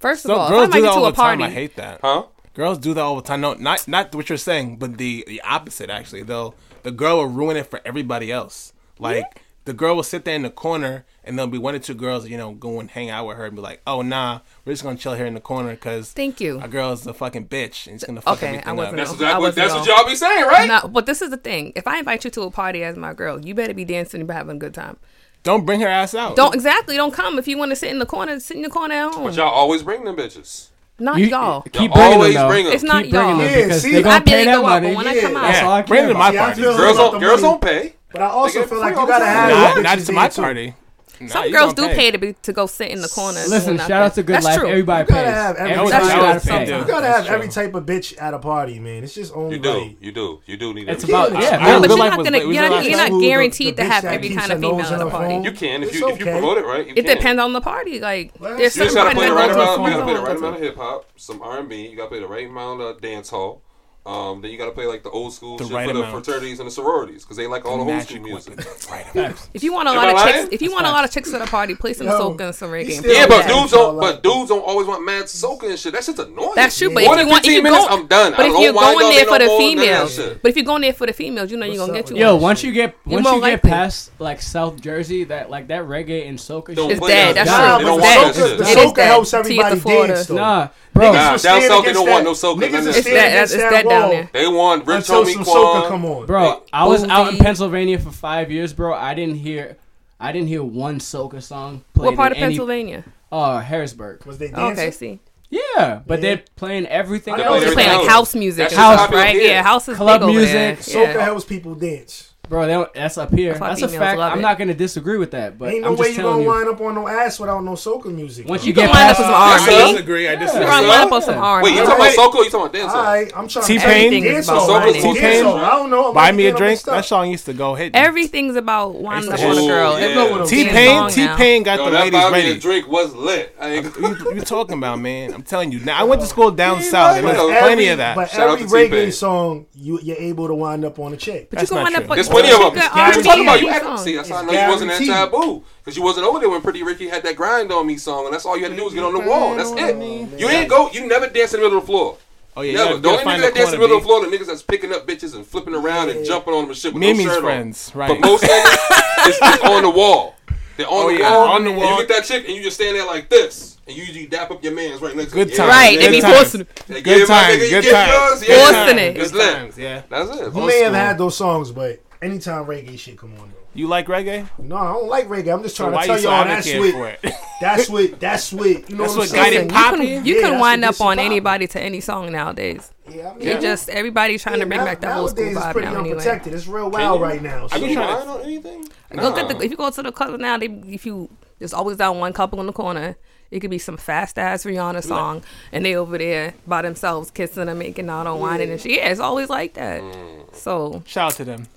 First of
So
all,
girls
if
do
I invite
that
you to
all
a
the time.
party,
I hate that.
huh?
Girls do that all the time. No, not not what you're saying, but the the opposite actually. Though the girl will ruin it for everybody else. Like the girl will sit there in the corner, and there'll be one or two girls, you know, go and hang out with her and be like, "Oh nah, we're just gonna chill here in the corner because
Thank you.
our girl's a fucking bitch and it's gonna fuck
Okay, I
everything
wasn't
up."
That's
No,
exactly
I
what,
wasn't
that's what
on.
y'all be saying, right?
No, but this is the thing. If I invite you to a party as my girl, you better be dancing and having a good time.
Don't bring her ass out.
Don't exactly. Don't come if you want to sit in the corner. Sit in the corner at home.
Mm. But y'all always bring them bitches.
Not
You-
y'all.
Y'all
Keep bringing
always
them, though.
bring 'em.
It's not
Keep bringing
y'all.
them
Yeah,
because
see,
they're
I
gonna
barely
pay that
go out, but
money.
when I come out-
That's all I
Yeah,
care
bring it to
about.
my
See, I
party.
feel-
Girls
About
don't
the
girls
money.
don't pay.
But I also
They
feel
get free
like you
all
gotta
the time.
have
Not,
your
not
bitches
to my
there, too.
party. Nah,
Some
you
girls
gonna
do pay. to be to go sit in the corner. and
Listen,
do
shout
nothing.
out to Good
That's
Life.
True.
Everybody
You gotta
pays.
have every-
Everybody
That was a
gotta
good
pay.
thing,
You
dude.
gotta
That's
have every
true.
type of bitch at a party, man. It's just only
You do.
right.
You do. You do need
It's
a
about yeah.
No,
Yeah,
but
Good
you're
Life
not
was-
gonna.
it was
You're
the
not,
last
you're
time.
not
The- the
guaranteed to
bitch
have
that
every
keeps
kind of
her nose
female at
on
the
her
party.
phone.
You can if
It's
you if you
okay.
promote it right. You
It
can.
depends on the party. Like
Well,
there's
You
certain
just gotta play
parties
the
that
right
go to a
amount. You gotta play the
corner.
right amount of hip hop, some R and B. You gotta play the right amount of dance hall. Um, then you gotta play like the old school
The
shit
right
for the
amount.
fraternities and the sororities because they like all the, old school
Magic (laughs)
music.
weapon. Right amount.
If you want a
Am
lot
I
of
lying?
chicks, if you want a lot of chicks at a party, play some
Yo,
soca and some
he's
reggae. and
still-
Yeah,
play
but
that.
dudes
Yeah.
don't. But dudes don't always want mad soaking and shit. That shit's annoying.
That's true, but
More
if you
than
want, if
15
you
minutes,
go,
I'm done.
but
I
if
don't
you're
wind
going
up
there
in
for the
no more, none of that
females,
shit.
but if you're going there for the females, you know you're
What's
gonna
up
get
with
you.
that?
one.
Yo, once you get once
more
you get
likely.
past like South Jersey, that like that reggae and soca
Don't
shit.
It's
But
dead.
yeah,
That's
nah,
true.
but
It's
the soca-
dead.
the
It is
soca
dead.
helps
To get to
everybody
Florida.
dance, though.
Nah, bro.
Nah,
will
down
stand
south,
against
they don't
that.
want no soca.
Niggas
None
will stand
of that.
against
It's that-
that,
it's that down
wall
there.
They want Rich
until
Homie
some soca come
Quan.
on.
Bro, I was out in
Ozzy.
Pennsylvania for five years, bro. I didn't hear, I didn't hear one soca song played.
What part
in
of
any-
Pennsylvania?
Uh, Harrisburg.
Was they dancing?
Okay, see,
Yeah, but
Yeah.
they're playing everything.
I
oh,
know
else.
they're
everything
playing like
else.
house music,
That's
and
just
stuff,
popular
right?
here.
Yeah, house is
Club
big over there.
music,
Soca
Yeah.
helps people dance.
bro. They don't, that's up here.
That's why
That's, a
females
fact.
love
I'm
it.
not gonna disagree with that, but
Ain't no
I'm
way
just
you gonna
telling you.
wind up on no ass without no soca music.
Once
though.
you
can
get
line up
past,
with some
(laughs)
That's
R&B.
us.
I disagree. I
You're
disagree.
gonna line up on some
Wait,
R&B.
Wait, you talking about soca? or You talking about dance? hall?
Alright, I'm trying
T-Pain?
Everything is
Everything is
about
about
dance hall.
T-Pain?
Dance hall. I don't know. I'm
Buy
about
me
to
a
get on
drink.
the stuff.
That song used to go hit.
Everything's about winding up on a
Oh,
girl.
yeah.
It's about
T-Pain?
being
T
a
Pain,
song
T
now.
Pain got
Yo,
the
that
ladies
buy me a
ready.
drink was lit.
(laughs)
I ain't
You, you talking about man? I'm telling you. Now I went to school down south.
right.
There's
But
plenty
Every-
of that.
But
Shout out
every
to T-Pain.
reggae song, you you're able to wind up on a chick.
But you
That's
can
not
wind
true.
up on
There's plenty of them.
Good
What you talking about? You
R&B
act-
song.
See, that's how I
It's
know you wasn't at
guaranteed.
taboo because you wasn't over there when Pretty Ricky had that grind on me song, and that's all you had to do was get on the wall. That's it. You didn't go. You never danced in the middle of the floor.
Oh yeah, you
Never.
gotta-
The
you
only
gotta
nigga
find
that dances in the
corner,
middle
B.
of the floor, the niggas that's picking up bitches and flipping around and jumping on them and shit with no
Mimi's
shirt
friends,
on. But
right?
most (laughs) niggas, it's, it's on the wall. They're on,
Oh,
the,
yeah,
wall,
on the
and
wall.
You get that chick and you just stand there like this, and you, you dap up your man's right next
Good
to you.
times,
Right,
good
they be
times.
posting it.
Like, yeah, my
Good times,
nigga, you
good
get
times,
yours?
good
Yeah.
Forcing it.
It's
Good
lit.
times, yeah.
That's it. Oh,
You
Old
may have
school.
had those songs, but anytime reggae shit come on, though.
You like reggae?
No, I don't like reggae. I'm just
So
trying
why
to tell
you so
y'all that's
advocate for
what,
it?
(laughs) that's what that's what you know
That's
what I'm
what
saying.
guided
Listen, you
Poppy?
can, you
Yeah,
can
that's
wind
what
up
gets
on
you
anybody to any song nowadays.
Yeah, I mean,
It just everybody trying to bring
now-
back that old school
nowadays it's
vibe
pretty
now. Anyway,
unprotected. It's real wild
you-
right now.
I
so-
be
You
trying
lying
to.
on anything?
look at
Nah.
the if you go to the club now, they if you there's always that one couple in the corner. It could be some fast ass Rihanna song, and they over there by themselves kissing and making out on whining and shit. Yeah, it's always like that.
Mm.
So
Shout out to them.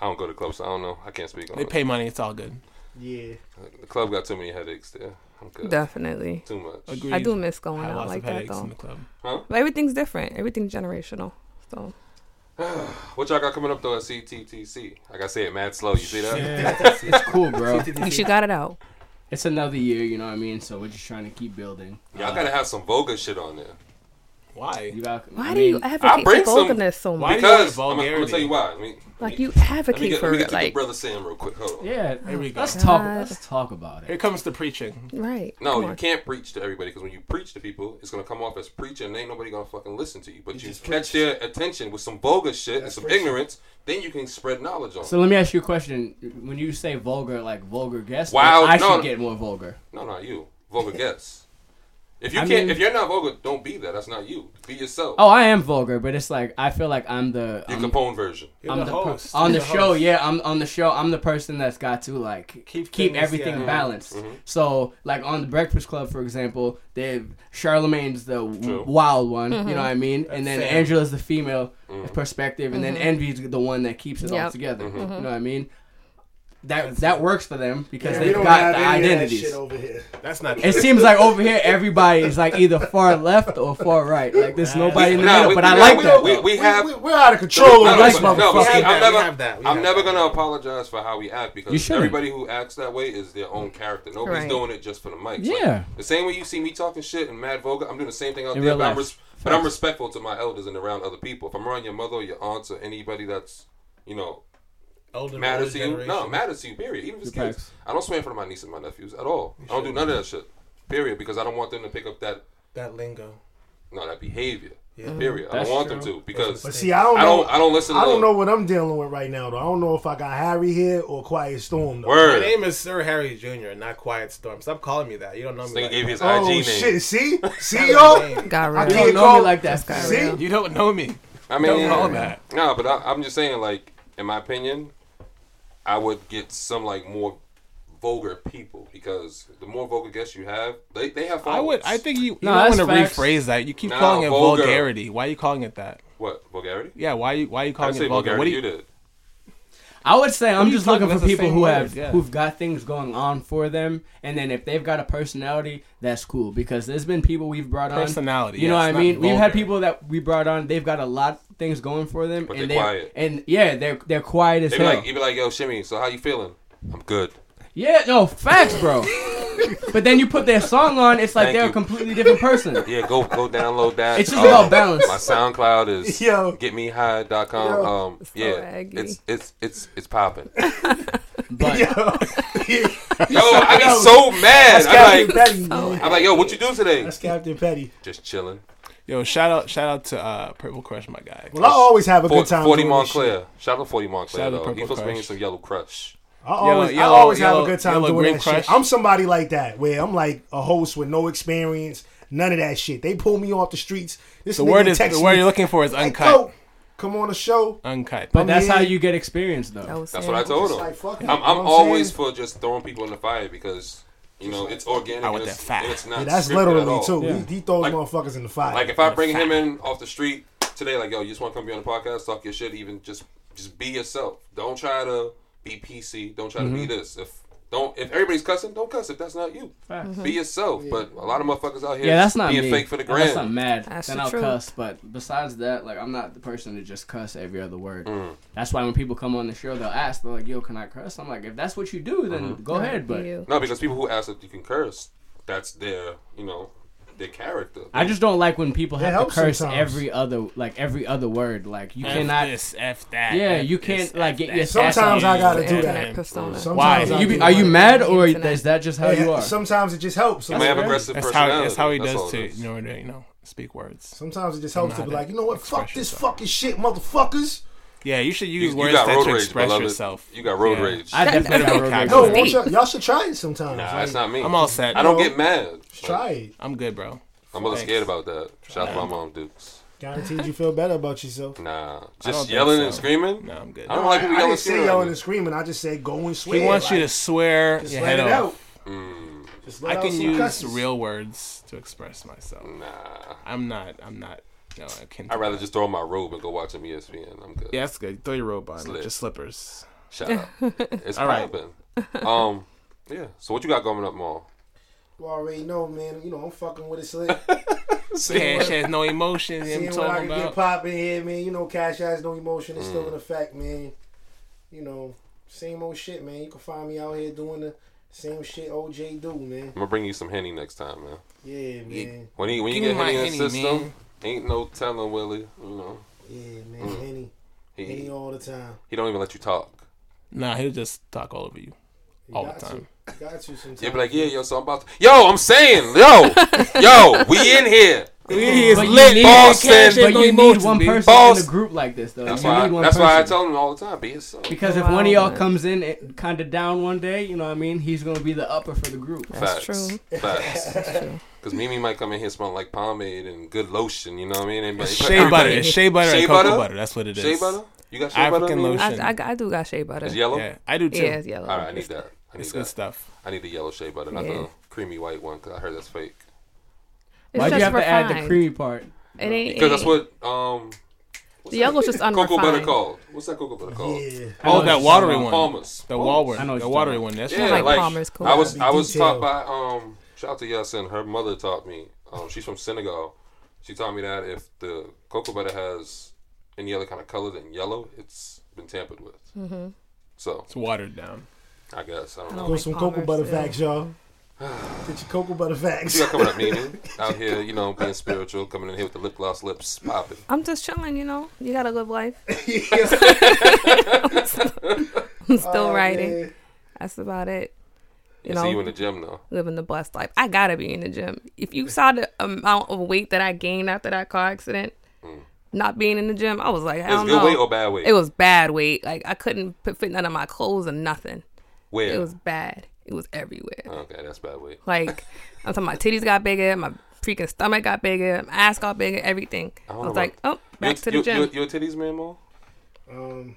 I don't go to clubs. so I don't know. I can't speak on
They
it.
pay money. It's all good.
yeah.
The club got too many headaches there. I'm good.
definitely,
Too much.
Agreed.
I do miss going
I had
out
lots
like
of
that
headaches in
though.
the club.
But everything's different. Everything's generational. So
What y'all got coming up though at CTTC? Like I said, mad slow. You see that?
it's, it's cool, bro.
she got it out.
It's another year, you know what I mean. So we're just trying to keep building.
Y'all gotta have some vulgar shit on there.
Why?
You got,
Why
I
do
mean,
you
I
advocate
bring
for
some-
vulgarness so
Why
much?
do you want
Because I'm, gonna- I'm gonna
vulgarity?
tell you why. Let me,
Like you
let me
advocate
get,
for
let me
it,
get to the
like
brother Sam real quick. Hold on.
Yeah,
Here we go.
Let's talk.
God.
Let's talk about
Here
it.
comes the preaching.
right.
No,
come
you
on.
can't preach to everybody because when you preach to people, it's gonna come off as preaching. and Ain't nobody gonna fucking listen to you. But you,
just
catch
preach.
their attention with some vulgar shit and
That's
some
preaching.
ignorance, then you can spread knowledge on.
So let me ask you a question. When you say vulgar, like vulgar guests,
Wow,
I
no,
should
no.
get more vulgar.
No, not you. Vulgar
(laughs)
guess. If you
I
can't,
mean-
if you're not vulgar, don't be that. That's not you. Be yourself.
Oh, um, I am vulgar, but it's like I feel like I'm the
Your
I'm,
Capone version.
You're
I'm the,
the
per-
host.
on the,
You're the
show.
host.
Yeah, I'm on the show. I'm the person that's got to like keep
Keep
keep
things,
everything
yeah.
balanced. So like on the Breakfast Club, for example, they Charlemagne's the w-
True.
wild one. You know what I mean? and then
Sam.
Angela's the female perspective, and then Envy's the one that keeps it all
Yep.
together. You know what I mean? That that works for them because
Yeah, we
they've
don't have
got the
any of that
identities.
shit over here.
That's not.
It seems like over here everybody is like either far left or far right. Like there's nobody in the
Nah,
middle.
we-
But
we-
I
nah,
like
we-
that.
We,
though.
we have.
we, are out of control
No,
in
no,
this
but- no, but see,
motherfucker.
I'm
that, we
never,
have that, we
I'm
have
never
that.
gonna apologize for how we act
You
because
shouldn't.
everybody who acts that way is their own character. Nobody's
Right.
doing it just for the mic.
Yeah.
the same way you see me talking shit and mad vulgar, I'm doing the same thing out
In
there.
real
But I'm,
life.
res- but I'm respectful to my elders and around other people. If I'm around your mother, or your aunts, or anybody that's, you know,
older,
matters
older
to you. No,
generation.
it matters to you. Period. Even if it's
Facts.
kids. I don't swear in front of my niece and my nephews at all. I don't do none of that shit. Period. Because I don't want them to pick up that
That lingo.
no that behavior. Period. I
That's
don't want them
true.
to because
But see, I don't
I
know.
don't. I don't listen. To
I don't know
them.
what I'm dealing with right now, though. I don't know if I got Harry here or Quiet Storm. Though.
My
Word.
name is Sir Harry Jr., not Quiet Storm. Stop calling me that. You don't know me.
This nigga
like
gave you his
Oh
IG name.
(laughs)
shit! See, see
that.
yo.
Got
I
real.
can't
don't know
call
me like that, Skyrim.
See,
You don't know me.
I mean,
Don't call him that.
No, but I, I'm just saying, like, in my opinion, I would get some like more vulgar people because the more vulgar guests you have, they, they have. Followers.
I would. I think you. You
No,
don't want
that's
to
facts.
rephrase that. You keep
Nah,
calling it
vulgar.
vulgarity. Why are you calling it that?
what vulgarity.
Yeah. Why you? Why are you
I
calling
say
it vulgar?
vulgarity.
What do
you,
you?
did.
I would say I'm
you
just looking
talking
for
about? It's the
people
same
who
word,
have
yeah.
who've got things going on for them, and then if they've got a personality, that's cool. Because there's been people we've brought on
Personality,
You know
yeah,
what I
it's not
mean? We've had
vulgar.
people that we brought on. They've got a lot of things going for them,
But
and
they're
they-
quiet.
and yeah, they're they're quiet as
They be
hell.
like, you be like, yo, Shimmy. So how you feeling? I'm good.
yeah, no facts,
(laughs)
bro. but then you put their song on, it's like
Thank
they're
you.
a completely different person.
(laughs) Yeah, go go download that. um,
It's just about balance.
My SoundCloud
(laughs)
is
Yo.
getmehigh.com.
Yo.
Um, yeah,
aggy.
it's it's it's
(laughs)
it's popping.
But
yo,
Yo, I be so mad.
that's Captain
I'm like,
Petty. man.
I'm like, yo, what you do today?
That's Captain Petty.
Just chilling.
Yo, shout out, shout out to uh, Purple Crush, my guy.
Well, I always have a
Fort-
good time.
40
doing this shit.
Montclair. Shout out 40 Montclair,
Shout out
though.
Purple
He was
Crush.
bringing some Yellow Crush.
I always,
yellow-
I always have
yellow-
a good time
yellow
doing
green
that
crush.
shit. I'm somebody like that where I'm like a host with no experience, none of that shit. They pull me off the streets. This
The
nigga
word is
text
the word
me,
you're looking for is
like,
uncut.
"Yo, come on the show.
Uncut.
but that's how
here.
you get experience, though.
That was
That's
sad.
what I told him.
like, fuck it,
I'm,
you
I'm
know what I'm
always
saying?
for just throwing people in the fire because, you know, it's
I
organic and
want
it's,
that fat.
and it's not
Yeah, that's
scripted at all.
literally too.
Yeah.
He, he throws
Like-
motherfuckers in the fire.
Like, if I bring him in off the street today, like, yo, you just want to come be on the podcast, talk your shit, even just just be yourself. Don't try to be PC. Don't try to
Mm-hmm.
be this. If don't if everybody's cussing, don't cuss if that's not you.
Facts.
Be yourself. But a lot of motherfuckers out here
Yeah, that's not
being
me.
fake for the
Like,
grand.
That's not mad.
That's
then
the
I'll
truth.
cuss. But besides that, like I'm not the person to just cuss every other word.
Mm.
That's why when people come on the show, they'll ask, they're like, "Yo, can I cuss?" I'm like, "If that's what you do, then
Mm-hmm.
go ahead." But
You.
No, because people who ask if you can curse, that's their, you know, their character.
I just don't like when people
That
have to
helps
curse
sometimes.
every other, like every other word. Like you
F
cannot.
this, F that.
Yeah,
F
you
this,
can't
F
like get
that.
your.
Sometimes
ass out.
I gotta do
Internet
that.
persona.
Sometimes
Why?
I
You
do
be,
that.
are you mad or
Internet.
is that just how
Yeah,
you are?
Sometimes it just helps.
You may have
Sometimes-
aggressive
That's how
personality.
that's how he
That's all
does
it
to
is.
in order to you know speak words.
Sometimes it just helps to
Nah,
be
that
like, you know what? Fuck
expression
this
sucks.
fucking shit, motherfuckers.
Yeah, you should
You,
use
you
words
got
that
road
to
rage,
express
beloved.
yourself.
You got road
Yeah.
rage.
I definitely got road rage.
No,
Right.
won't y'all, y'all should try it sometimes.
nah,
Like,
that's not me.
I'm all set.
I don't
No.
get mad. Like,
Try it.
I'm good, bro.
My mother's
Thanks.
scared about that. Shout out to my mom, Dukes.
Guaranteed you feel better about yourself.
Nah,
don't
just
think
yelling
so.
and screaming.
No, I'm good.
(laughs) I don't like
I,
people
I
yelling and
didn't say
screaming.
yelling and screaming. I just said go and swear.
He wants you
like,
to swear
just
your
let
head off.
it out.
Mm,
Just let
I
out
can
some
use
cusses.
real words to express myself.
nah,
I'm not. I'm not. No, I can't.
I'd rather just throw on my robe and go watch some E ESPN. I'm good.
Yeah, that's good. Throw your robe on.
Slip.
Just
(laughs)
slippers.
Shout
(laughs)
out. It's
All right.
popping. Um, yeah. So what you got coming up, Maul?
You already know, man. You know I'm fucking with
(laughs)
it. slick.
Cash has no emotions. I'm
Seeing what I
talking
can get
about.
popping here, man. You know, cash has no emotion. It's
Mm.
still in effect, man. You know, same old shit, man. You can find me out here doing the same shit OJ do, man.
I'm gonna bring you some henny next time, man.
Yeah, man.
When he when you
Give
get
me my
Henny in
Henny,
the system,
man.
ain't no telling Willie. You know,
Yeah,
Mm.
man. Henny, henny
he
all the time.
he don't even let you talk.
Nah, he'll just talk all over you,
You
all the
got
time.
To. You got you sometimes.
He'll be like, yeah, yo, so I'm about to, yo, I'm saying,
(laughs)
yo, yo, we in here.
He is
But you
lit.
need-
Boston.
Cash has
But
no
you need
emotions,
one
B.
person
Boss.
in a group like this, though.
That's
you
why.
need one
that's why I
person.
tell him all the time, be yourself.
Because if
Wow,
one of y'all
man.
comes in kind of down one day, you know what I mean, he's gonna be the upper for the group.
That's
Facts.
true.
Facts. Because Mimi might come in here smelling like pomade and good lotion. You know what I mean? And
It's
but-
shea butter. It's shea butter
Shea
and cocoa
butter?
butter? That's what it is.
Shea butter. You got shea butter.
African
Mimi?
lotion.
I, I, I do got shea butter.
It's yellow.
Yeah, I do too.
Yeah, it's yellow.
All right, I need that. I need
It's good
that.
stuff.
I need the yellow shea butter, not
Yeah.
the creamy white one, because I heard that's fake.
It's
Why'd you
just
have to add the
refined.
creamy part?
It ain't
Because that's
it-
what um
the yellow's just unrefined.
cocoa butter called. What's that cocoa butter called?
yeah.
I know
Oh,
what
that
you're
watery
talking
one.
Palmer's.
The walward.
I know what
The
you're
watery
talking
one. That's
Oh, Yeah,
like
like,
Palmer's cool.
I was
Be
I was
detailed.
taught by um shout out to Yasin. Her mother taught me. Um, she's from Senegal. She taught me that if the cocoa butter has any other kind of color than yellow, it's been tampered with. Mm-hmm. So
It's watered down.
I guess I don't know.
I don't
Go
like
some
Palmer's,
cocoa butter
yeah.
facts, y'all.
(sighs)
Get your cocoa butter
You
facts.
got coming up, Mimi, out here, you know, being spiritual, coming in here with the lip gloss lips popping.
I'm just chilling, you know. You gotta
(laughs)
live life.
Still
(laughs) I'm
Oh,
still writing. That's about it. You
I
know,
see you in the gym now.
living the blessed life. I gotta be in the gym. If you saw the amount of weight that I gained after that car accident, not being in the gym. I was like, I
It was
don't
Mm. good
know.
weight or bad weight?
It was bad weight. Like I couldn't put, fit none of my clothes or nothing.
Where?
It was bad. It was everywhere.
okay, that's bad weight.
Like I'm talking, my titties got bigger, my freaking stomach got bigger, my ass got bigger, everything. I,
don't know
was like, oh,
about-
back
Your-
to the
your-
gym.
Your, your titties, man, more.
Um,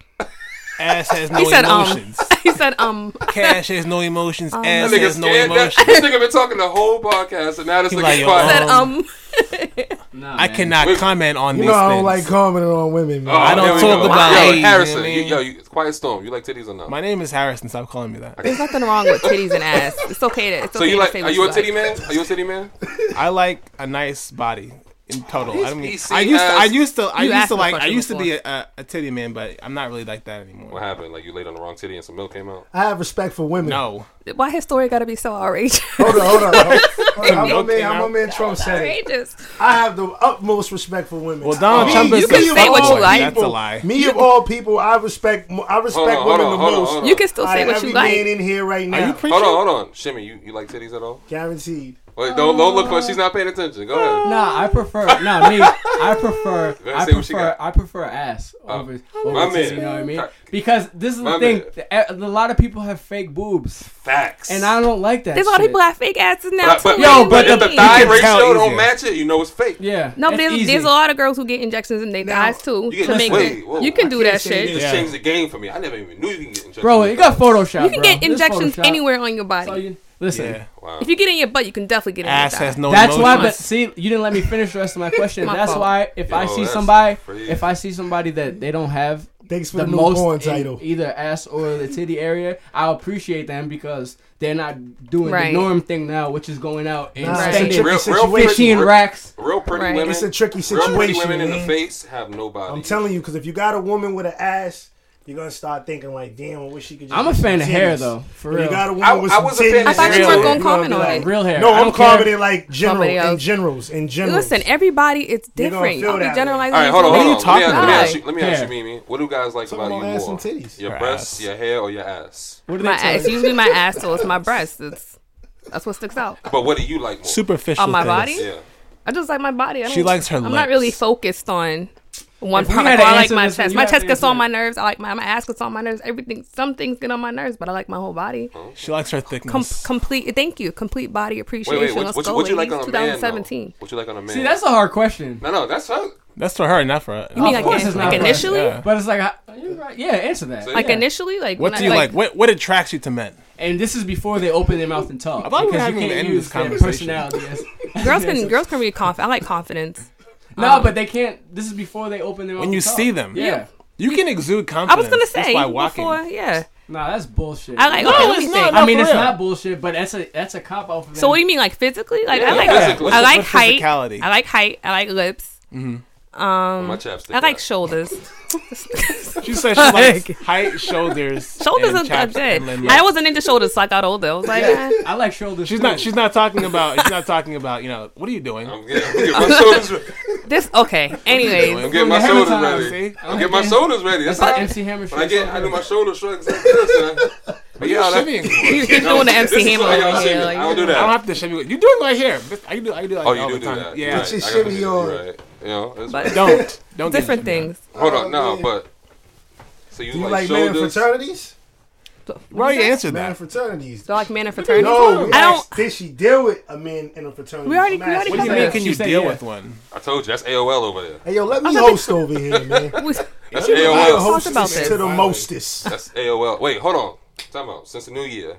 Ass has no
he said,
emotions.
um, (laughs) he said, um,
Cash has no emotions.
Oh,
Ass
That nigga
has no
scared. that,
emotions.
this nigga been talking the whole podcast, and now this
He
nigga's
like,
like,
yo,
said,
um,
um, (laughs)
Nah,
I
man.
cannot
Wait.
comment on
(laughs) you
these
know I don't
things.
like commenting on women. Man.
I don't
Oh, there we
talk
go.
about-
Yo,
Hey, you
Harrison.
know what
You,
I
yo,
mean?
you, Quiet Storm. You like titties or not?
My name is Harrison. Stop calling me that.
there's nothing wrong with titties and ass. It's okay to. It's
so
okay
you
to
like?
say
Are
what
you a
like.
titty man? Are you a titty man?
I like a nice body in total. I don't mean.
He's
I used to. I
ass.
used to. I
You
used
asked
to
the
like. I
question
used to be
before.
a, a, a titty man, but I'm not really like that anymore.
What happened? Like you laid on the wrong titty and some milk came out.
I have respect for women.
No.
Why his story got to be so
(laughs)
outrageous?
Hold on, hold on. Hold on. I'm a
Milk
man.
came
I'm a
out.
man. Trump said it.
outrageous.
I have the utmost respect for women.
Well, Donald
Me-
Trump is
you can
the
say what
fuck
you
boy.
like.
That's a lie.
Me of all people, I respect. mo- I respect
Hold on, hold
women
on,
the
hold on,
most.
hold on.
(laughs) You can still
Out
say
of
what
every
you like.
man in here right now,
Are you preaching?
Hold on, hold on, Shimmy. You, you like titties at all?
guaranteed.
Wait, don't don't look for. She's not paying attention. Go
(laughs)
ahead.
Nah, I prefer. Nah, me. I prefer.
(laughs) Let's
I
see what she
prefer.
got.
I prefer ass over. over
My
tits,
man.
You know what I mean?
Cock.
Because this is
My
the thing.
man.
the- A a lot of people have fake boobs,
Facts.
and I don't like that.
There's a lot of
shit.
people that have fake asses now.
But, but,
too.
Yo,
What
but
do you
if the
mean?
thigh
You can tell
ratio don't
easier.
match it, you know it's fake.
Yeah.
No,
that's
there's,
easy.
there's a lot of girls who get injections in their thighs too.
You
to
can
make
wait,
it-
whoa,
you can
I
do
can't
that
say You
shit.
just
Yeah.
changed the game for me. I never even knew you can get injections.
Bro,
in
it
the
got
thighs.
Photoshop.
You can
bro.
get
This
injections
Photoshop.
anywhere on your
So
body.
you- listen.
Yeah.
Wow.
If you get it in your butt, you can definitely get it in
Ass
your thigh.
has no
That's
emotions.
why, but see, you didn't let me finish the
(laughs)
rest of my question.
My
that's
fault.
why, if I
Yo,
see
that's
somebody,
crazy.
if I see somebody that they don't have
Thanks for
the
the, new porn
most in
title.
either ass or the titty area, I appreciate them because they're not doing
Right.
the norm thing now, which is going out and
Nah, it's a
spending
tricky
Real- real
situation.
pretty-
15
real-
racks.
Real pretty
Right.
women.
It's a tricky
Real pretty
situation,
women in the
man.
face have no body.
I'm telling you, because if you got a woman with an ass, you're gonna start thinking like, damn, I wish she could. just
I'm a
get some
fan of hair
titties.
though, for
If
real.
You got a woman
I-
with
I
some
was a
titties,
fan of I thought you
hair. weren't gonna
you're be
comment on
like-
it.
Real hair.
No,
I
I'm
don't care.
commenting like general
Somebody
in
else.
generals in generals.
Listen, everybody it's
You're gonna
different.
feel
Don't be
that way.
generalizing.
All right, hold on,
these
hold on.
people.
What are you talking
let, me, let me
about?
ask you, let me ask you,
Hair.
Mimi. What do guys like
Talking
about you
about ass
more?
and titties.
Your
Your
breasts,
ass.
your hair, or your ass?
What do they
My
tell
ass.
you?
Usually my ass, so it's my breasts. It's that's what sticks out.
But what do you like more?
Superficial.
On my
things.
body?
Yeah.
I just like my body. I don't,
She likes her
I'm not
lips.
really focused on one
If we
part. Like,
had to
I like
answer
my
this,
chest.
you
My
have
chest
to
gets
answer
on my
it.
nerves. I like my my ass gets on my nerves. Everything. Some things get on my nerves, but I like my whole body.
She likes her
Com-
thickness.
complete. Thank you. Complete body
Wait,
appreciation.
wait. What,
Let's
what, you-
go,
what you like
ladies.
on a man? though?
2017.
What you like on a man?
See, that's a hard question.
no, no. That's her.
That's for her, not for us.
You mean
Of
like,
course
in-
it's not
like
right.
initially?
Yeah.
But it's like, I, you're right. yeah, answer that.
See?
Like
Yeah.
initially? Like
What
when
do
I-
you like? What what attracts you to men?
And this is before they open their mouth and talk.
I thought we were
because
having
you
the
can't
end of
use
this
their
conversation.
personality
(laughs)
as-
girls can girls can be confident. I like confidence.
Um,
No, but they can't. This is before they open their mouth.
When you
and talk.
see them.
Yeah.
You can exude
I
confidence.
was gonna
just
say
by walking.
before, yeah.
Nah, that's bullshit.
I like.
No,
okay,
it's
let me
not.
think.
No,
I mean,
for
it's
real.
not bullshit, but that's a that's a cop out for them.
So what do you mean, like physically? Like I like,
physically.
I like
What's the
height.
physicality?
I like height. I like lips. Um,
My chapstick.
I like
guy.
shoulders.
She said she likes (laughs) height, shoulders,
(laughs) Shoulders
and
are
chaps,
good.
and limb
I wasn't into shoulders, so I got older. I was like, eh.
I like shoulders.
She's
too.
not. She's not talking about. She's not talking about. You know, what are you doing?
I'm getting, I'm getting (laughs) my shoulders. re-
this okay. Anyways, (laughs)
I'm getting my
Ahead of
shoulders
time,
ready.
see?
I'm getting my shoulders ready. That's
That's
how.
like
I-
MC Hammer.
When I
shoulders
get,
on
I do
her.
my shoulder shrugs like this. and I- But yeah, that-
Shimmy and
(laughs)
cool.
you, you're doing the
This
MC
is
Hammer
why y'all
over
shimmy.
here.
I don't do
Like,
that.
I don't have to show you. You're doing my hair. I do. I do. Like
Oh,
that
you
all
do
the
do
time.
that.
Yeah.
You're
It's just
I gotta
shimmy
do that.
on.
You're Right. You know, it's
But-
right.
Don't. Don't. get
different
into that.
things.
hold on.
Oh,
No,
man.
but so you,
Do you like
like,
men in
shoulders?
fraternities?
You already answered
Man in
that.
fraternities.
So like man and fraternity.
No, we
I don't.
asked, did she deal with a man in a fraternity?
We already-
I'm
we already
asking
What do you
that.
mean? Can you
She said
deal
yeah.
with one?
I told you that's AOL over there.
Hey yo, let me
I thought we-
host over here,
(laughs)
man.
(laughs)
we-
That's
I
AOL.
host
about
this
this.
to the mostest.
That's AOL. Wait, hold on. Time out. Since the new year,